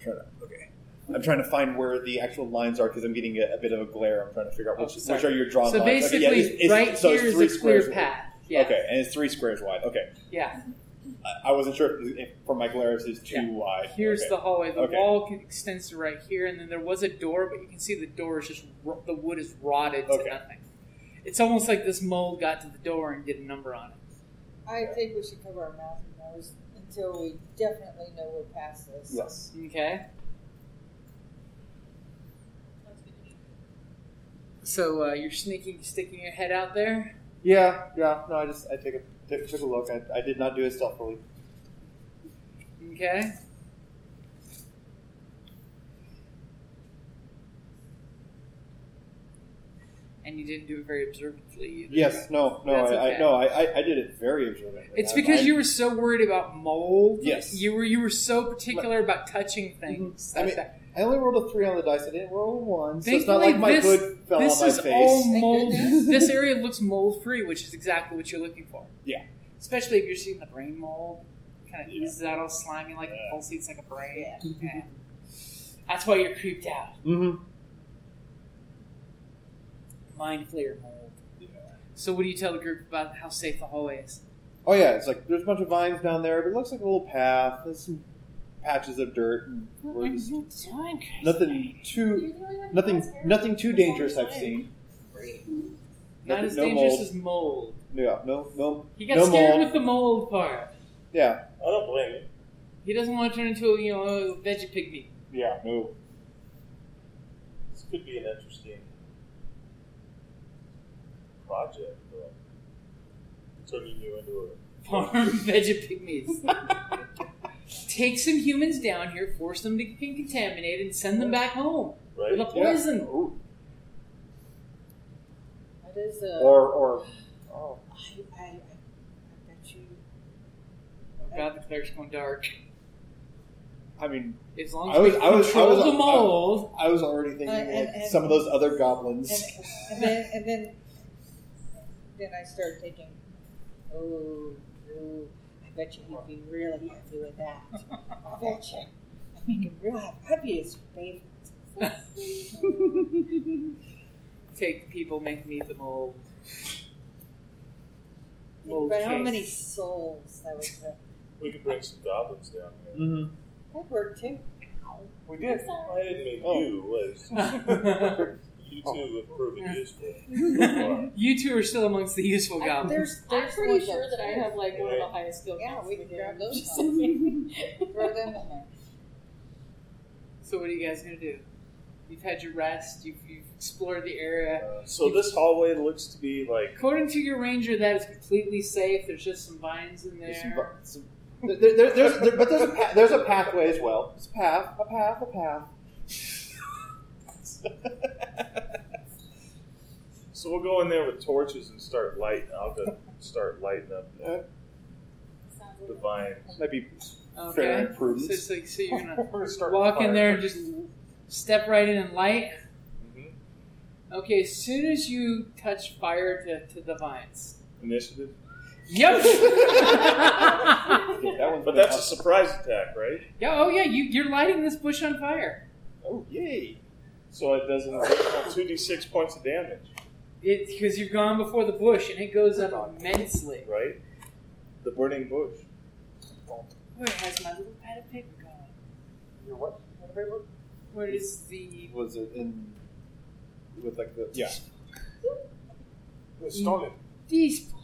trying to, okay. I'm trying to find where the actual lines are because I'm getting a, a bit of a glare. I'm trying to figure out
Oh,
which,
sorry.
which are your drawn
So
lines.
basically,
okay, yeah, it's- it's-
right
so it's
here is
three
a clear
squares-
path. Yeah.
Okay, and it's three squares wide. Okay,
Yeah.
I, I wasn't sure if, if for my glare it's too
Yeah.
wide.
Here's
okay.
the hallway. The
Okay.
wall can, extends to right here, and then there was a door, but you can see the door is just ro- the wood is rotted to
Okay.
nothing. It's almost like this mold got to the door and did a number on it.
I think we should cover our mouth and nose until we definitely know we're past this.
yes.
Okay. So uh, you're sneaking, sticking your head out there.
Yeah, yeah. No, I just I take a took- took a look. I, I did not do it stealthily.
Okay. And you didn't do it very observantly. either.
Yes, no, no,
That's
I, I
okay.
no, I, I, I did it very observantly.
It's
I-
because
I-
you were so worried about mold.
Yes.
You were you were so particular about touching things.
I mean,
That-
I only rolled a three on the dice. I didn't roll a one, so it's not
Thankfully,
like my
this-
hood fell
this
on my
is
face.
all mold. this area looks mold free, which is exactly what you're looking for.
Yeah.
Especially if you're seeing the brain mold, kind of
Yeah.
oozes out all slimy, like
Yeah.
pulsates like a brain. Yeah. That's why you're creeped out.
Mm-hmm.
mind flayer mold. So what do you tell the group about how safe the hallway is?
Oh yeah, it's like there's a bunch of vines down there, but it looks like a little path. There's some patches of dirt, and we're just, nothing too,
You're the only one who
nothing,
has hair.
nothing too
That's all
dangerous.
the
I've
time.
seen.
Not
Nothing-
as
no
dangerous
mold.
as mold.
Yeah, no, no,
He got
no
scared
mold.
with the mold part.
Yeah,
I don't blame you.
He doesn't want to turn into a you know a veggie pygmy.
yeah, no.
This could be an interesting project, though. Turning you into
Farm veggie pygmies. Take some humans down here, force them to get contaminated, and send them back home
a. Right?
with a poison.
Ooh.
That is a.
Or or oh,
I, I, I bet you.
Oh God, the cleric's going dark.
I mean,
As long as
I was-
we
I was- I
control
was-
the mold,
I was already thinking
Uh, and-
like
and-
some of those other goblins.
And, and then, and then, then I started thinking, oh, oh, I bet you he'd be really happy with that. I bet you. I make him real happy. I'd be his favorite.
take people, make me the mold. Mold
But how
case.
many souls that was that?
We could bring some goblins down here.
Mm-hmm.
That worked too.
We did.
I didn't mean
Oh.
you. I was- You two have proven useful.
you two are still amongst the useful
I-
goblins.
There's,
I'm
there's
pretty
more
sure
than-
that I have like one of the highest skill
Yeah,
counts
we
in the
can
game.
grab those
Just
ones.
saying.
Throw them in there.
So what are you guys gonna do? You've had your rest. You've, you've explored the area.
Uh, so this hallway looks to be like
According to your ranger, that is completely safe. There's just some vines in there.
There's some, bu- some, there, there, there's, there, but there's a, pa- there's a pathway as well. There's a path, a path, a path.
so we'll go in there with torches and start lighting. I'll go start lighting up
Sounds
the
like-
vines.
Might be
okay.
fair and
So,
prudent.
so, so you're gonna
We're gonna start
walk
fire.
in there and just step right in and light.
Mhm.
Okay. As soon as you touch fire to, to the vines.
Initiative,
Yep.
Okay, that one's
but
been
that's a
out.
surprise attack, right?
Yeah, oh yeah, you, you're lighting this bush on fire.
oh yay!
So it does an additional two d six points of damage,
Because you've gone before the bush and it goes up immensely.
right? The burning bush.
Where has my little pad of paper gone?
Your what?
Where is the.
Was it in with like the yeah?
It started.
These book.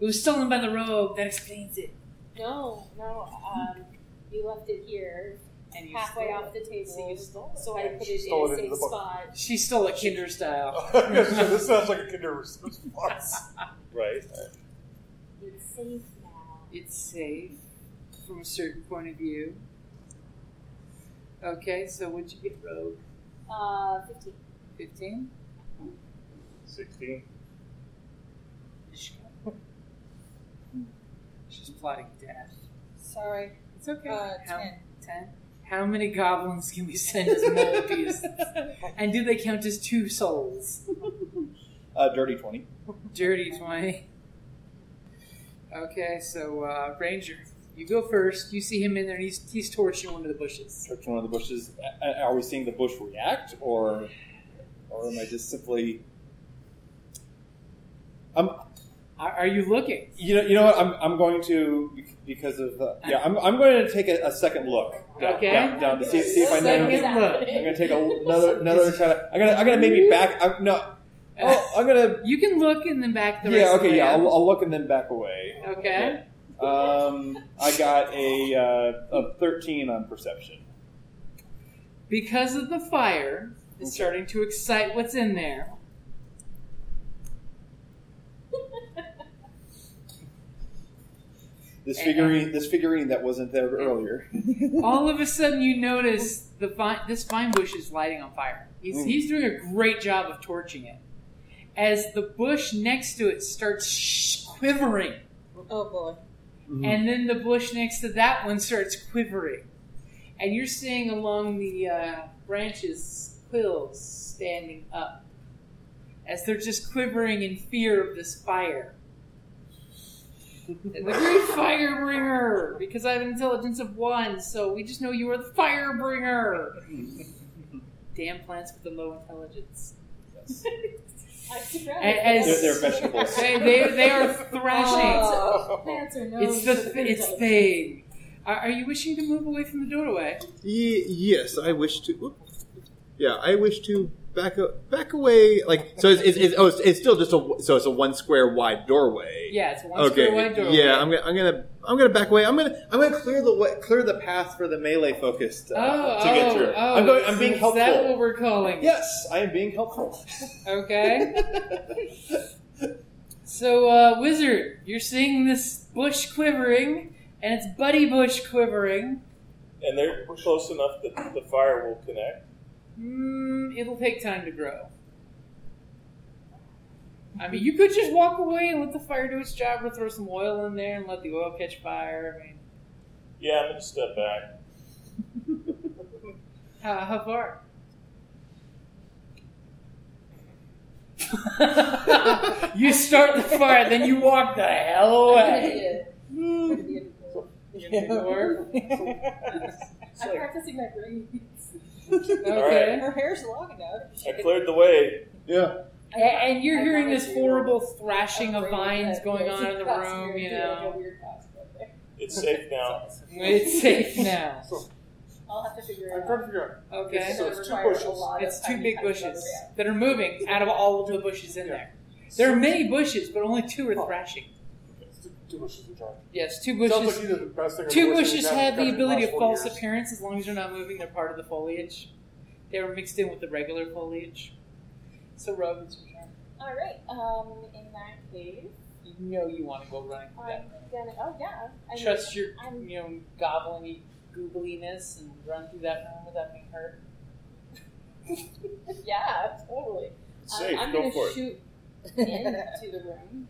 It was stolen by the rogue, that explains it.
No, no. Um, you left it here,
And you
halfway
stole
off the table.
So you stole it.
So I put
She
it
stole
in a
it into
safe
the book.
spot.
it. She stole it Kinder style.
this sounds like a kinder response.
Right.
It's safe now.
It's safe from a certain point of view. Okay, so what'd you get, rogue?
Uh, 15.
15?
Sixteen.
She's plotting death.
Sorry.
It's okay.
Uh,
How-
10.
Ten. How many goblins can we send as mole pieces? and do they count as two souls?
Uh, dirty twenty.
Dirty twenty. Okay, so uh, Ranger, you go first. You see him in there, and he's, he's torching one of the bushes.
Search one of the bushes. A- a- Are we seeing the bush react, or or am I just simply? I'm.
Are, are you looking?
You know. You know what? I'm. I'm going to because of. Uh, yeah. I'm. I'm going to take a, a second look down,
Okay.
down, down to see, see if I know.
Second
I'm
look.
gonna take a, another another kind of. I'm gonna. I'm gonna maybe back. I'm, no. Oh, I'm gonna.
You can look and then back the
Yeah.
rest of
Okay.
the
Yeah.
way
I'll,
up.
I'll look and then back away.
Okay.
Um, I got a uh, a thirteen on perception.
Because of the fire, it's
Okay.
starting to excite what's in there.
This
um,
figurine. This figurine that wasn't there earlier.
All of a sudden, you notice the vine, this vine bush is lighting on fire. He's,
Mm.
he's doing a great job of torching it. As the bush next to it starts sh- quivering,
Oh boy.
and then the bush next to that one starts quivering, and you're seeing along the uh, branches quills standing up as they're just quivering in fear of this fire. And the great fire bringer, because I have an intelligence of one, so we just know you are the fire bringer. Damn plants with a low intelligence.
I'm surprised.
A- as-
They're, they're vegetables.
They, they, they are thrashing.
Oh.
Plants are known
It's the
for their
it's
intelligence.
thing. Are, are you wishing to move away from the doorway?
Ye- yes, I wish to. whoop. Yeah, I wish to back a, back away. Like so, it's, it's, it's oh, it's, it's still just a so it's a one square wide doorway.
Yeah, it's a one square wide doorway.
Yeah, I'm gonna I'm gonna I'm gonna back away. I'm gonna I'm gonna clear the way, clear the path for the melee focused uh,
oh,
to get
oh,
through.
Oh,
I'm going- I'm
so
being
is
helpful.
that what we're calling? it?
Yes, I am being helpful.
Okay. so, uh, wizard, you're seeing this bush quivering, and it's buddy bush quivering.
And they're close enough that the fire will connect.
Mm, it'll take time to grow. I mean, you could just walk away and let the fire do its job, or throw some oil in there and let the oil catch fire. I mean,
Yeah, I'm gonna step back.
how, Uh, how far? you start the fire, then you walk the hell away.
I'm gonna be a- I'm gonna be a-
Dwarf.
I'm practicing my brain.
Okay.
Her hair's long enough.
I cleared the way.
Yeah.
A- And you're
I
hearing
wanna
this
do
horrible thrashing of
a brain
vines
that
going
goes
on in the
across
room,
here
you
and do, like,
know.
a weird pass.
It's safe now.
It's safe now.
I'll have to figure
I'm
it
trying to
out.
figure
Okay.
So it's two bushes.
It's two big bushes that are moving out of all of the bushes in there. There are many bushes, but only two are
Oh.
thrashing.
out. It's two, two bushes in charge.
Yes, two
Sounds like
bushes.
either the best thing or the
Two
worst thing
bushes
that's
have
happened
the
in the
ability
last
of
40
false
years.
appearance as long as they're not moving. They're part of the foliage. They were mixed in with the regular foliage. So, Rob, it's your turn.
All right. Um, in that case,
You know you want to go running for
I'm
that.
gonna. Oh yeah. I mean,
Trust your
I'm-
you know gobbling googliness and run through that room without being hurt.
Yeah, totally. Um,
Safe,
I'm
go
gonna
for it.
shoot into the room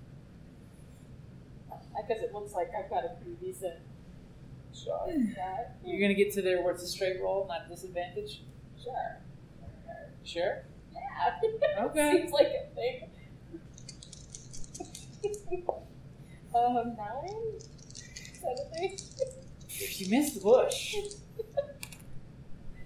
because it looks like I've got a pretty decent shot. at that.
You're gonna get to there where it's a straight roll, not disadvantage.
Sure.
Sure.
Yeah.
Okay.
Seems like a thing. um, nine? Is that a thing?
You missed the bush.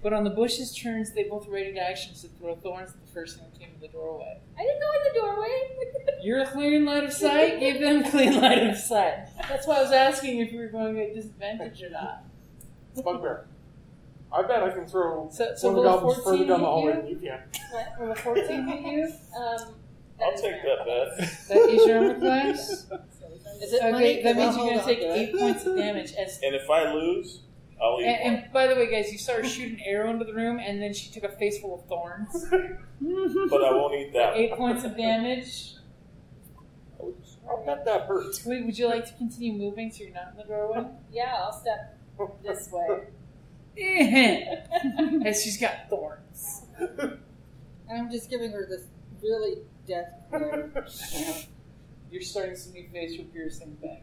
But on the bush's turns, they both rated actions to throw thorns at the first thing that came in the doorway.
I didn't go in the doorway.
You're a clean line of sight. Give them clean line of sight. That's why I was asking if you were going at disadvantage or not.
Bugbear. I bet I can throw
So, so
one of
will
the goblins
a
further
fourteen
down the hallway
hit
than you can.
what?
you? Will a fourteen hit you?
Um,
I'll
is
take
fair.
that bet.
That is your armor class.
Is it
Okay,
money?
that means
Well,
you're going to
hold on.
take eight points of damage as
And if I lose, I'll eat
And, and by the way, guys, you saw her shoot an arrow into the room, and then she took a face full of thorns.
one, but I won't eat that.
Eight points of damage.
I bet that hurts.
Wait, would you like to continue moving so you're not in the doorway?
Yeah, I'll step this way.
Eh. and she's got thorns.
Uh,
And I'm just giving her this really death glare.
You're starting some new facial piercing thing.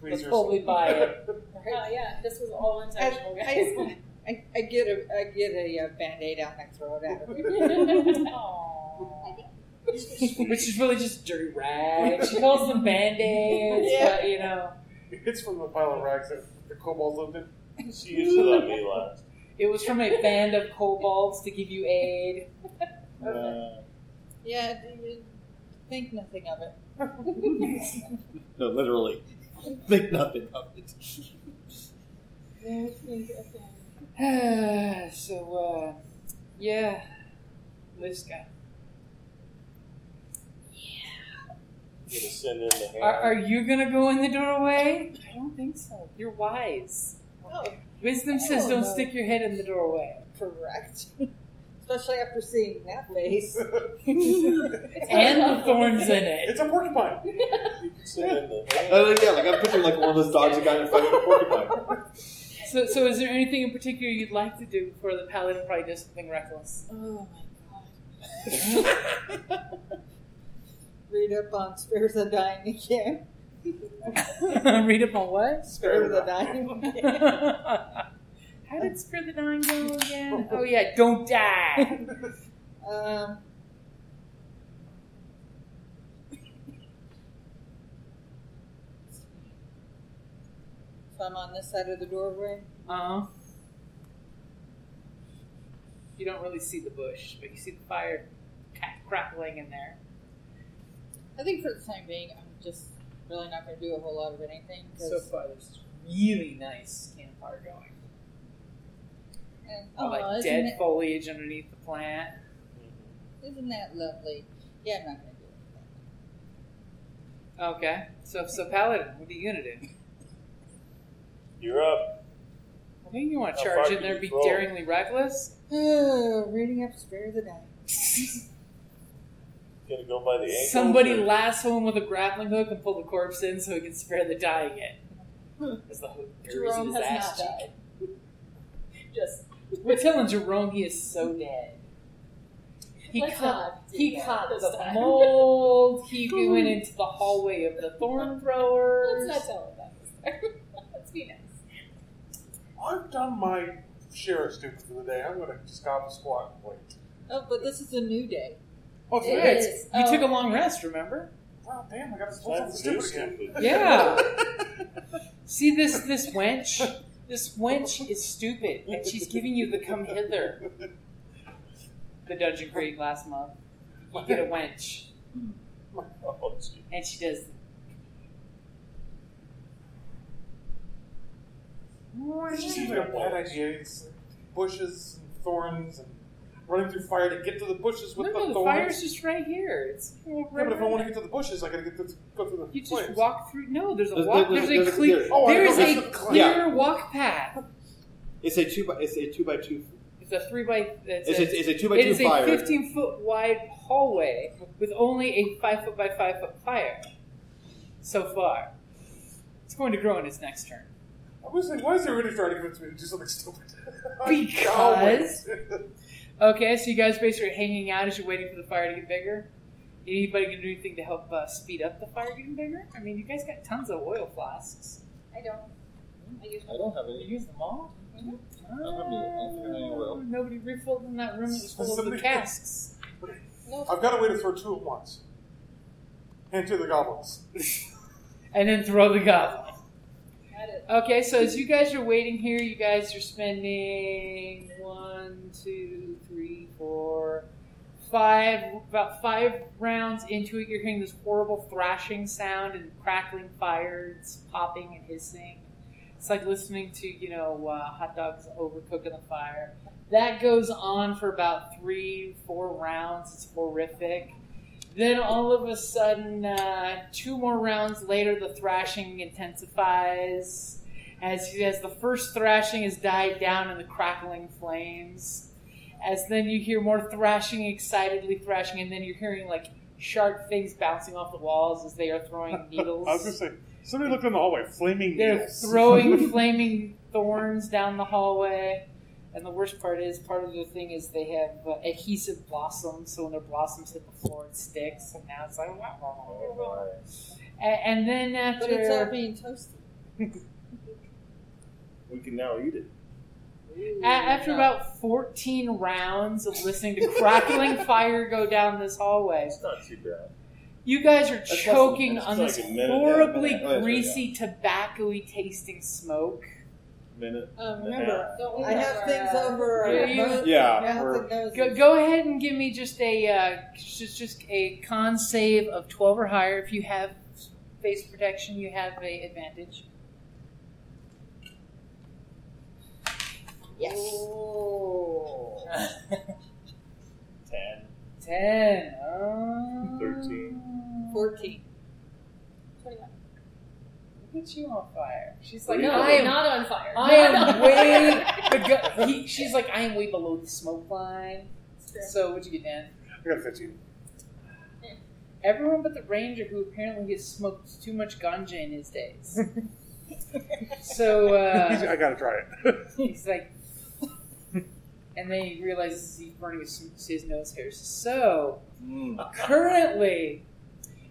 Please,
But fully buy it.
Oh yeah, this was all intentional, guys.
I, I, I get a I get a, uh band-aid out and I throw it at her.
Aw.
Which is really just dirty rags. She calls them band-aids, but you know.
It's from the pile of rags that the kobolds lived in.
She used it on me last.
It was from a band of kobolds to give you aid.
Uh,
Yeah, d- d- think nothing of it.
no, literally. Think nothing of it.
so, uh, yeah. Liska.
I'm gonna send in the hand.
Are, are you gonna go in the doorway? I don't think so. You're wise.
Oh,
Wisdom says
Oh,
don't
no.
stick your head in the doorway.
correct. Especially after seeing that face.
And the thorns in it.
It's a porcupine.
send in the hand.
Uh, yeah, like I'm picturing like one of those dogs that got in front of a porcupine.
So, so is there anything in particular you'd like to do before the paladin probably does something reckless?
Oh my god. Read up on Spares the Dying again.
Read up on what?
Spares the Dying again.
How did Spare the Dying go again? Oh yeah, don't die.
Um, so I'm on this side of the doorway.
Uh-huh. You don't really see the bush, but you see the fire ca- crackling in there.
I think for the time being, I'm just really not going to do a whole lot of anything. 'cause-
So far, there's this really nice campfire going.
and,
All
aw,
like
isn't
dead
it-
foliage underneath the plant.
Isn't that lovely? Yeah, I'm not going to do
Okay, so so paladin, what are you gonna do?
You're up.
I think you want to
How
charge
far
in
can
there,
you
be
throw?
daringly reckless.
it. Oh, reading up Spare the Dying.
Gonna go by the ankle.
Somebody lasso him with a grappling hook and pull the corpse in so he can spare the dying it. As the hook buries in
Hmm. Jerome
his
has
ass
not
cheek.
died. Just
We're telling Jerome he is so dead. He
Let's
caught,
not do
he
that
caught
this
the
time.
mold. He went into the hallway of the thorn
let's
throwers.
not tell him that. let's be nice.
I've done my share of stupid for the day. I'm gonna stop and squat and wait.
Oh, but this is a new day.
Oh, so
Yeah,
it's-
it's- you took a
Oh.
long rest, remember?
oh damn! I gotta pull
Time
something
to do
stupid again.
stupid.
Yeah. See this this wench? This wench is stupid, and she's giving you the come hither. The dungeon creed last month. You get a wench,
Oh, gee.
and she does.
It's just even a bad idea. It's bushes and thorns and running through fire to get to the bushes with
no,
the
no, the
thorns.
fire's just right here. It's
yeah, but if I want to get to the bushes, I gotta get to go through the
you just
flames.
walk through. No, there's a
There's-
walk.
there's-
There's,
there's
a
a
clear.
clear-
Oh, I
there
know,
is
there's
a
a clear-
clear walk path.
It's a two by it's a two by two.
It's a three by. It's,
It's
a,
a, it's a two by
it
two
is
fire.
a 15 foot wide hallway with only a five foot by five foot fire. So far, it's going to grow in its next turn.
I was like, why is everybody trying to convince me to do something stupid?
Because- Okay, so you guys basically are hanging out as you're waiting for the fire to get bigger. Anybody gonna do anything to help uh, speed up the fire getting bigger? I mean, you guys got tons of oil flasks.
I don't. I usually
I don't have
You
any.
use them all. Oh,
Mhm.
don't have any- I don't think I have any oil.
Nobody refilled in that room. It was full of the
Somebody-
casks.
no.
I've got a way to throw two at once. Hand to the goblins.
and then throw the goblin.
Got it.
Okay, so as you guys are waiting here, you guys are spending one, two, three, four, five, about five rounds into it. You're hearing this horrible thrashing sound and crackling fires popping and hissing. It's like listening to, you know, uh, hot dogs overcooking the fire. That goes on for about three, four rounds. It's horrific. Then all of a sudden, uh, two more rounds later, the thrashing intensifies as as the first thrashing is died down in the crackling flames. As then you hear more thrashing, excitedly thrashing, and then you're hearing like sharp things bouncing off the walls as they are throwing needles.
I was gonna say, somebody looked in the hallway, flaming
They're
needles.
throwing flaming thorns down the hallway. And the worst part is, part of the thing is they have uh, adhesive blossoms, so when their blossoms hit the floor, it sticks, and now it's like, wow, wow, wow, wow, wow. A- And then after.
But it's all being toasted.
We can now eat it.
A- After about 14 rounds of listening to crackling fire go down this hallway,
It's not too bad.
you guys are
That's less than-
choking
that's
on
like
this
a minute, yeah,
horribly
minute. Oh, yeah,
greasy, tobacco-y tasting smoke.
Minute.
Um,
and a
remember,
half.
Don't
I have things over.
Yeah, you-
Yeah,
Mouth
we're-
and nose.
Go, go ahead and give me just a uh, just just a con save of twelve or higher. If you have face protection, you have a advantage.
Yes.
Ten.
Ten. Oh.
Thirteen.
Fourteen.
Twenty-one.
Look at you on fire. She's like,
No,
I
I'm
am.
not on fire.
I am way. The gu- he, she's like, I am way below the smoke line. So what'd you get, Dan?
I got 15.
Everyone but the ranger, who apparently has smoked too much ganja in his days. so uh,
I gotta try it.
He's like, and then he realizes he's burning his, his nose hairs. So
Hmm,
currently,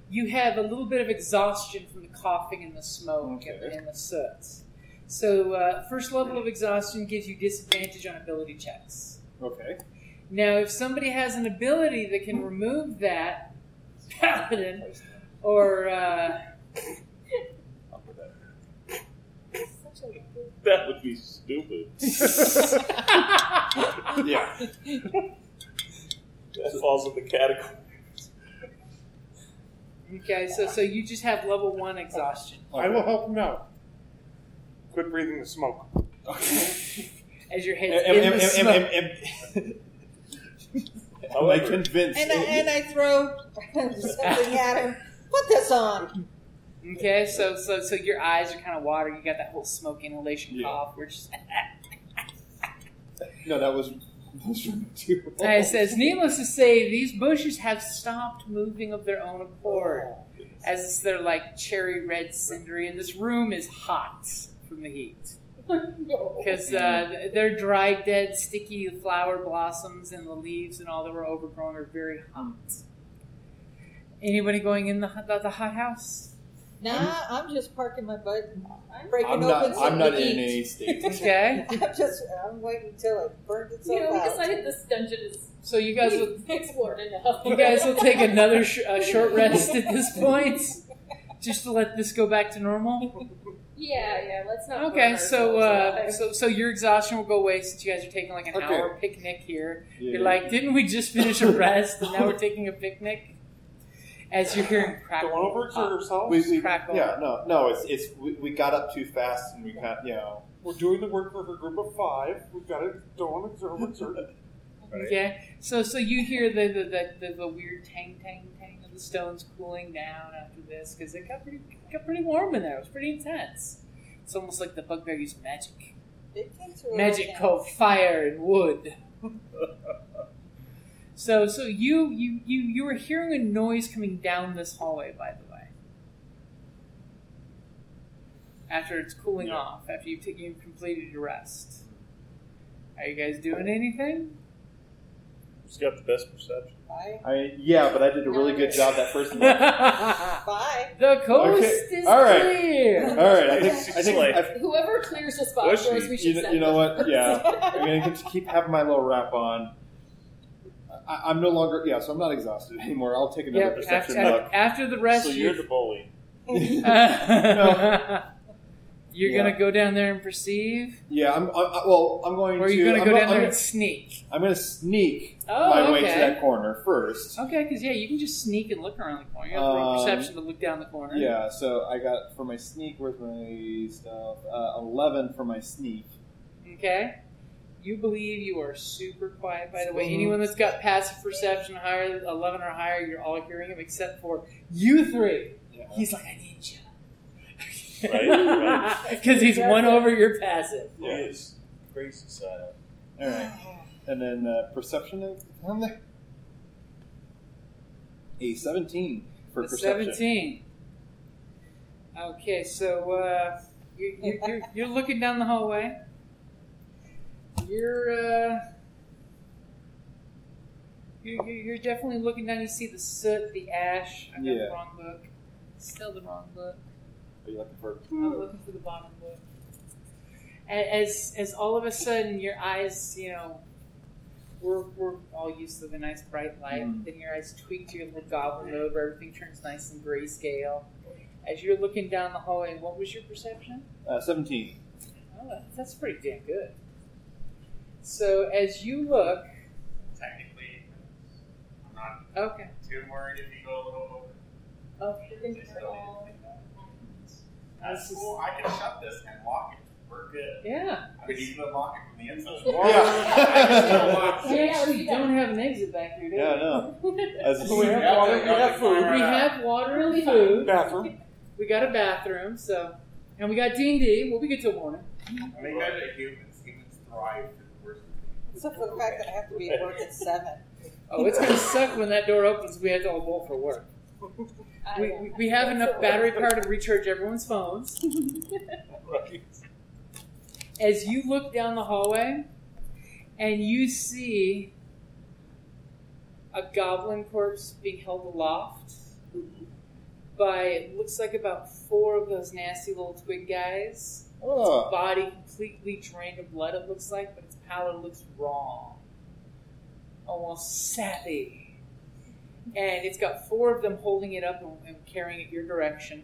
you have a little bit of exhaustion from the coughing and the smoke and, the, and the soot. So uh, first level of exhaustion gives you disadvantage on ability checks.
Okay.
Now, if somebody has an ability that can remove that, paladin or uh,
Such a good
That would be stupid.
Yeah.
That falls in the category.
okay, so so you just have level one exhaustion.
I will help him out. Quit breathing the smoke.
as your
Am,
head's
am,
in
am,
the
am,
smoke.
am, am- am I convinced?
And I, and I throw something at him. Put this on.
Okay, so so so your eyes are kind of watery. You got that whole smoke inhalation
Yeah.
cough, which
no, that was that was from two.
it says, needless to say, these bushes have stopped moving of their own accord, as they're like cherry red cindery, and this room is hot from the heat
no.
because uh, they're dry, dead, sticky flower blossoms, and the leaves and all that were overgrown are very hot. Anybody going in the the, the hot house?
Nah, I'm just parking my butt and
I'm-
breaking
I'm
open
not.
something
I'm not
to
in
eat.
any state.
Okay,
I'm just. I'm waiting until it burns itself
You know, we
out.
decided this dungeon is
so you guys will
we've explored enough.
You guys will take another sh- uh, short rest at this point, just to let this go back to normal.
Yeah, yeah. Let's not.
Okay,
burn
so
ourselves
uh,
alive.
so so your exhaustion will go away since you guys are taking like an
Okay.
hour picnic here.
Yeah.
You're like, didn't we just finish a rest and now we're taking a picnic? As you're hearing
Go
crackle,
over to yourself.
we, we,
crackle.
yeah, no, no. It's it's we, we got up too fast and we kind of, you know.
We're doing the work for a group of five. We've got it done. It's over. It's over.
Right.
Yeah. So so you hear the the, the, the, the weird tang tang tang of the stones cooling down after this because it got pretty it got pretty warm in there. It was pretty intense. It's almost like the bugbear used magic,
It takes a
magic
little
called fire and wood. so so you you you you were hearing a noise coming down this hallway. By the way, after it's cooling off, after you've taken you've completed your rest, are you guys doing anything?
Who's got the best perception?
Bye.
I, yeah, but I did a really good job that first month.
the
Bye.
coast
Okay,
is
all right.
clear.
All right, I think I
It's
think
like-
I,
Whoever clears the spot
Well, she-
for us, we should
you, kn-
send
you know
them.
what? Yeah, I'm gonna get to keep having my little wrap on. I, I'm no longer yeah, so I'm not exhausted anymore. I'll take another
Yep,
perception
after,
look.
after, after the rest,
so
you,
you're the bully.
you're
Yeah.
gonna go down there and perceive,
Yeah, I'm. I, I, well, I'm going
or are
to.
you gonna
I'm
go
not-
down
I'm
there
gonna,
and sneak?
I'm gonna sneak
Oh,
my way
okay. Oh,
to that corner first.
Okay, because yeah, you can just sneak and look around the corner. You have to roll
Um,
perception to look down the corner.
Yeah, so I got for my sneak with my stuff uh, eleven for my sneak.
Okay. You believe you are super quiet. By the way, anyone that's got passive perception higher than eleven or higher, you're all hearing him except for you three.
Yeah.
He's like, I need you.
Right, right.
Because he's one over your passive.
Yeah. Yes. Crazy side.
All right, and then uh, perception of on there. A seventeen for
The
perception.
Seventeen. Okay, so uh, you, you, you're, you're looking down the hallway. You're, uh, you're you're- you're definitely looking down. You see the soot, the ash. I got
Yeah.
the wrong book. Still the wrong book.
Are you looking for?
I'm looking for the bottom book. A- As as all of a sudden your eyes, you know, we're, we're all used to the nice bright light.
Mm.
Then your eyes tweak to your little goblin mode where everything turns nice and grayscale. As you're looking down the hallway, what was your perception?
Uh, seventeen.
Oh, that- that's pretty damn good. So as you look,
Technically, I'm not
okay,
too worried if you go a little over.
okay,
It's still in the-
This
That's
is-
cool. I can shut this and lock it. We're good.
yeah.
I mean, you can unlock it from the inside.
Yeah.
We actually don't have an exit back here, do we?
yeah, no. As-
So we have water. We have food.
We have water and food.
Bathroom.
We got a bathroom, so and we got D and D. We'll be good till morning.
I mean, guys are humans. Humans thrive in the worst of
Except for the fact that I have to be at work at seven.
Oh, it's gonna suck when that door opens. We have to all bolt for work.
I
We,
don't
we,
know.
we have enough battery power to recharge everyone's phones. As you look down the hallway, and you see a goblin corpse being held aloft by it looks like about four of those nasty little twig guys.
oh.
body completely drained of blood, it looks like, but its pallor looks wrong. Almost sappy. And it's got four of them holding it up and, and carrying it your direction,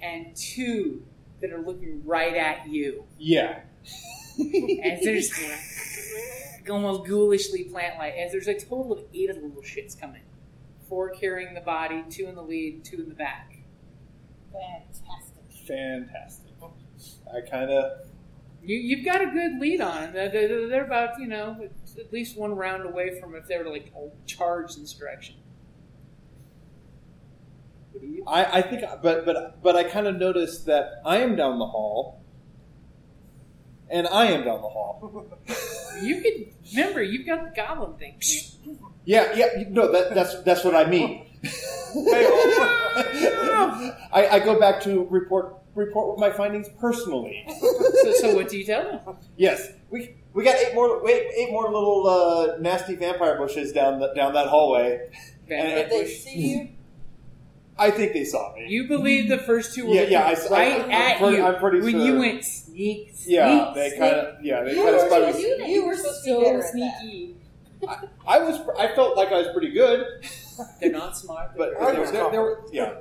and two that are looking right at you.
Yeah.
As there's almost ghoulishly plant like, as there's a total of eight of the little shits coming. Four carrying the body, two in the lead, two in the back.
Fantastic.
Fantastic. I kind of.
You, you've got a good lead on them. They're, they're, they're about, you know, at least one round away from if they were to, like, all charge in this direction. What do you?
I, I think, but but but I kind of noticed that I am down the hall, and I am down the hall.
You could remember you've got the goblin thing.
Yeah, yeah. No, that, that's that's what I mean.
oh.
I, I go back to report report my findings personally.
so, so what do you tell them?
Yes, we we got eight more wait, eight more little uh, nasty vampire bushes down the, down that hallway.
Vampire
Did they
bush.
see you?
I think they saw me.
You believe the first two were
Yeah, yeah,
looking
I- I-
right
I'm
at
pretty-
you
I'm pretty
when
sure.
you went sneak, sneak.
Yeah, they
sneak.
kind of yeah they
You
kind
were
of
supposed
spied
to
me.
do that.
You
You were
were
supposed to
so
be better at that.
sneaky.
I was I felt like I was pretty good,
They're not smart.
but
I
there,
was
there, there were yeah.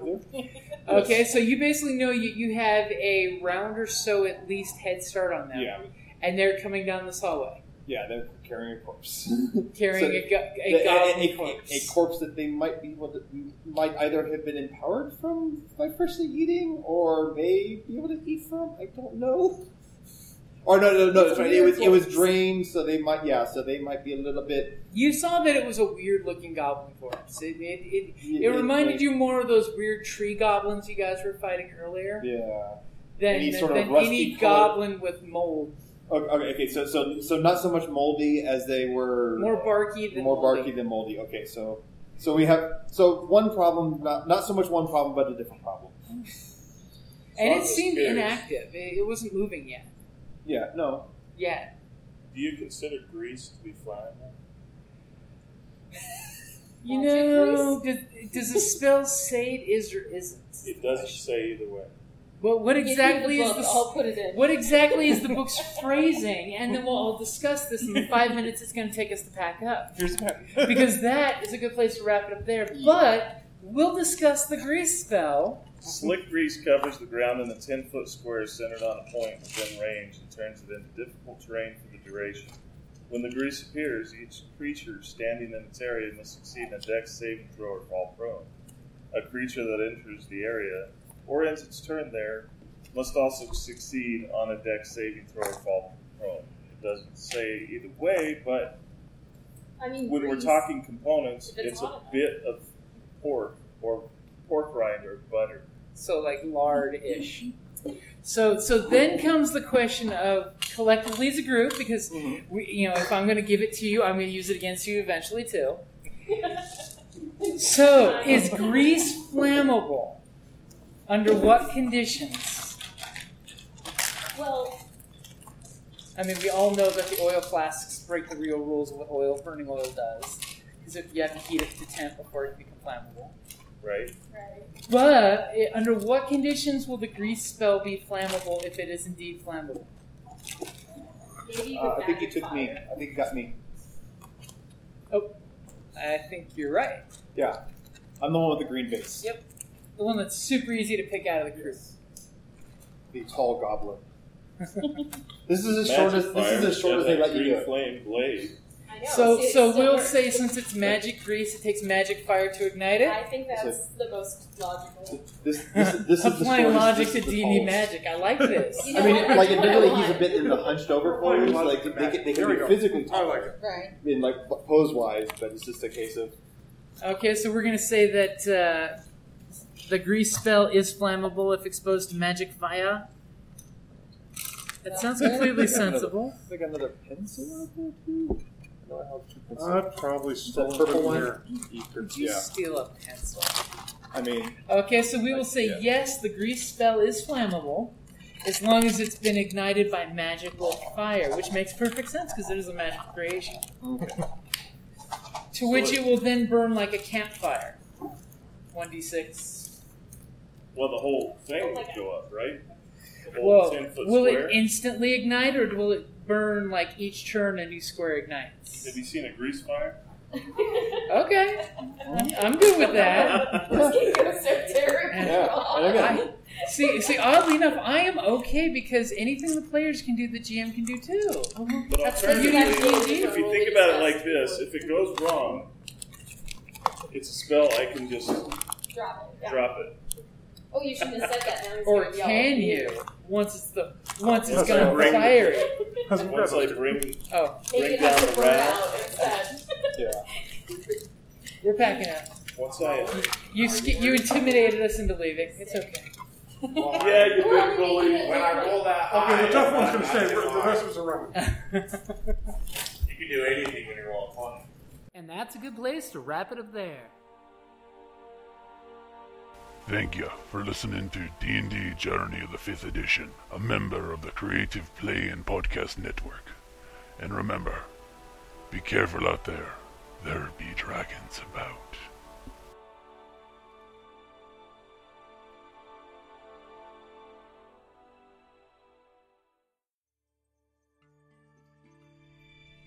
Okay, so you basically know you, you have a round or so at least head start on them.
Yeah,
And they're coming down this hallway,
yeah, they're carrying a corpse.
carrying
So
a, go- a
The-
goblin
a, a-
corpse.
a corpse that they might be able to, might either have been empowered from by personally eating, or may be able to eat from. I don't know. Or no, no, no. That's right. It was it was drained, so they might yeah, so they might be a little bit.
You saw that it was a weird looking goblin corpse. It, it, it, it,
It- it-
reminded
it-
you more of those weird tree goblins you guys were fighting earlier
Yeah.
than
Any sort of
than
rusty
any
color.
goblin with mold.
Okay, okay, okay, so so so not so much moldy as they were
More barky than
more
moldy.
barky than moldy. Okay, so so we have so one problem, not not so much one problem, but a different problem.
And it
Lots of
seemed
spirits.
inactive. It, it wasn't moving yet.
Yeah, no,
Yet.
Do you consider grease to be flammable?
You
That's it,
know, does, does the spell say it is or isn't?
It doesn't say either way.
Well, what
Give me
exactly
the
is
book,
the
I'll put it in.
What exactly is the book's phrasing? And then we'll all discuss this in the five minutes it's going to take us to pack up.
here's the
Because that is a good place to wrap it up there. But we'll discuss the grease spell.
Slick grease covers the ground in a 10 foot square centered on a point within range and turns it into difficult terrain for the duration. When the grease appears, each creature standing in its area must succeed in a dex saving throw or fall prone. A creature that enters the area or ends its turn there must also succeed on a dex saving throw or fall prone. It doesn't say either way, but
I mean,
when we're
grease.
talking components,
If it's
it's a
hot enough.
bit of pork or pork rind or butter.
So, like lard ish. So, so then comes the question of collectively as a group, because
Mm-hmm.
we, you know, if I'm going to give it to you, I'm going to use it against you eventually too. So, is grease flammable? Under what conditions?
Well,
I mean, we all know that the oil flasks break the real rules of what oil burning oil does, because if you have to heat it to temp before it can become flammable.
right?
right.
But eh, under what conditions will the grease spell be flammable if it is indeed flammable?
Maybe
Uh,
with
I think you
magic
took me.
fire.
I think you got me.
I think you're right.
Yeah, I'm the one with the green base.
Yep. The one that's super easy to pick out of the group.
The tall goblin. this is the
Magic
shortest. This is
fire,
the shortest
yeah,
they
that
let you
green
do. it.
flame blade.
I know.
so,
see, it
so
still
we'll
works.
say since it's magic grease, it takes magic fire to ignite it.
I think that's the most logical.
This, this, is- this is the
Applying
shortest.
logic
this
to
is the
D and D
tallest.
magic. I like this.
You
I
know
mean,
what?
like
You know
admittedly,
what?
he's a bit in the hunched over pose. Like they can, they can be physically
I
tall
like it.
Right.
in like pose wise, but it's just a case of
Okay, so we're gonna say that uh, the grease spell is flammable if exposed to magic fire. That sounds completely sensible.
I think another pencil out there too. No, I'll keep this.
I'd probably stole
purple
it in
one?
here.
Did you
yeah,
steal a pencil?
I mean,
Okay, so we will say yes, the grease spell is flammable as long as it's been ignited by magical fire, which makes perfect sense because it is a magic creation. To which it will then burn like a campfire. 1d6.
Well, the whole thing would go up, right? The whole
Whoa.
10 foot
Will
square.
it instantly ignite or will it burn like each turn a new square ignites?
Have you seen a grease fire?
Okay. I'm good with that.
These games are terrible.
yeah. And again,
I, see, see, oddly enough, I am okay because anything the players can do, the GM can do too.
But
That's what
alternatively,
you guys need to do.
if you think about it like this, if it goes wrong, it's a spell I can just
Drop it. Yeah.
drop it.
Oh, you shouldn't have said that. Now he's
Or
gonna yell.
can you? Once it's the once it's
Once I
gone
bring-
fiery.
Hasn't
Once I
got it.
bring,
Oh,
Make
Break
it have
down
to
the
burn
wrath.
out instead.
yeah.
we're packing up.
once I,
You sk- you intimidated us into leaving. It's okay.
yeah, you big bully.
When I roll that high,
Okay, the tough one's gonna
I
stay.
do
The
high.
rest of us are running.
You can do anything when you roll a twenty.
and that's a good place to wrap it up there.
Thank you for listening to D&D Journey of the 5th Edition, a member of the Creative Play and Podcast Network. And remember, be careful out there. There be dragons about.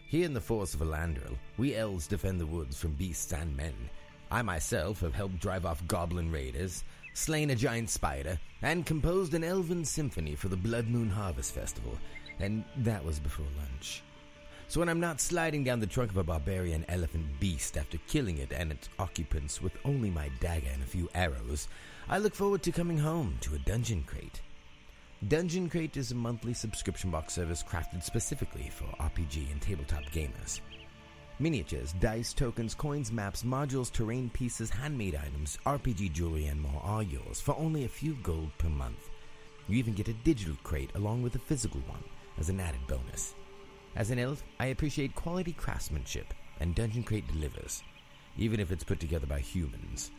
Here in the Force of Elandril, we elves defend the woods from beasts and men. I myself have helped drive off goblin raiders, slain a giant spider, and composed an elven symphony for the Blood Moon Harvest Festival, and that was before lunch. So when I'm not sliding down the trunk of a barbarian elephant beast after killing it and its occupants with only my dagger and a few arrows, I look forward to coming home to a dungeon crate. Dungeon Crate is a monthly subscription box service crafted specifically for RPG and tabletop gamers. Miniatures, dice, tokens, coins, maps, modules, terrain pieces, handmade items, RPG jewelry, and more are yours for only a few gold per month. You even get a digital crate along with a physical one as an added bonus. As an elf, I appreciate quality craftsmanship, and Dungeon Crate delivers, even if it's put together by humans.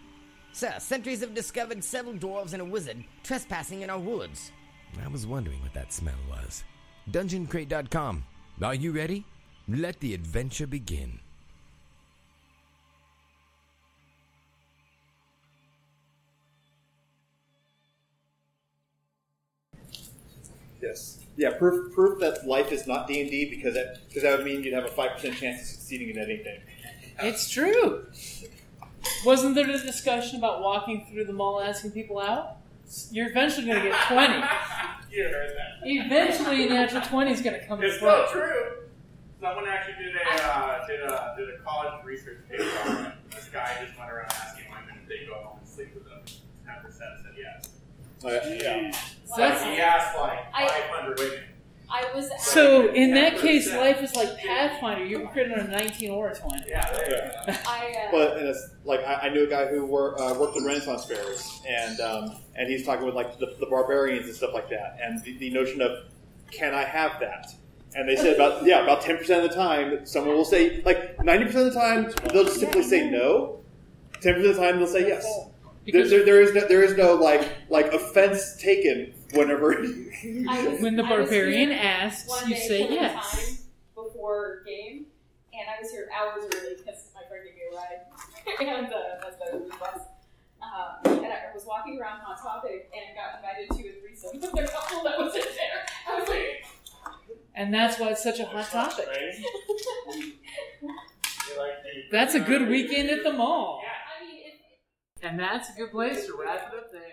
Sir, sentries have discovered several dwarves and a wizard trespassing in our woods.
I was wondering what that smell was. DungeonCrate.com. Are you ready? Let the adventure begin.
Yes. Yeah, proof proof that life is not D and D because that because that would mean you'd have a five percent chance of succeeding in anything.
It's true. Wasn't there a discussion about walking through the mall asking people out? You're eventually going to get 20.
You heard that.
Eventually, the natural 20 is going to come
It's
through.
not true. Someone actually did a uh, did a did a college research paper on it. This guy just went around asking women if they go home and sleep with them. Half percent said yes.
yeah.
So that's, he asked like
I-
500 women.
I was
So, in that case, life is like Pathfinder. You're creating on a 19 or a 20.
I, uh,
But and it's, like I, I knew a guy who wor- uh, worked in Renaissance fairs, and um, and he's talking with like the, the barbarians and stuff like that, and the, the notion of can I have that? And they said about yeah, about ten percent of the time, someone will say like ninety percent of the time they'll just simply say no. Ten percent of the time they'll say yes. There, there, there is no, there is no like like offense taken whenever
I was,
When the
I was
barbarian
here
asks,
one
you
day
say
full
yes.
Time before game, and I was here hours early because my friend gave me a ride, and uh, that's better than the bus. Um, and I was walking around Hot Topic and got invited to a threesome with a couple that was in there. I was like,
And that's why it's such a hot topic.
You like the-
That's a good weekend at the mall.
I mean, it,
And that's a good place to wrap it up there.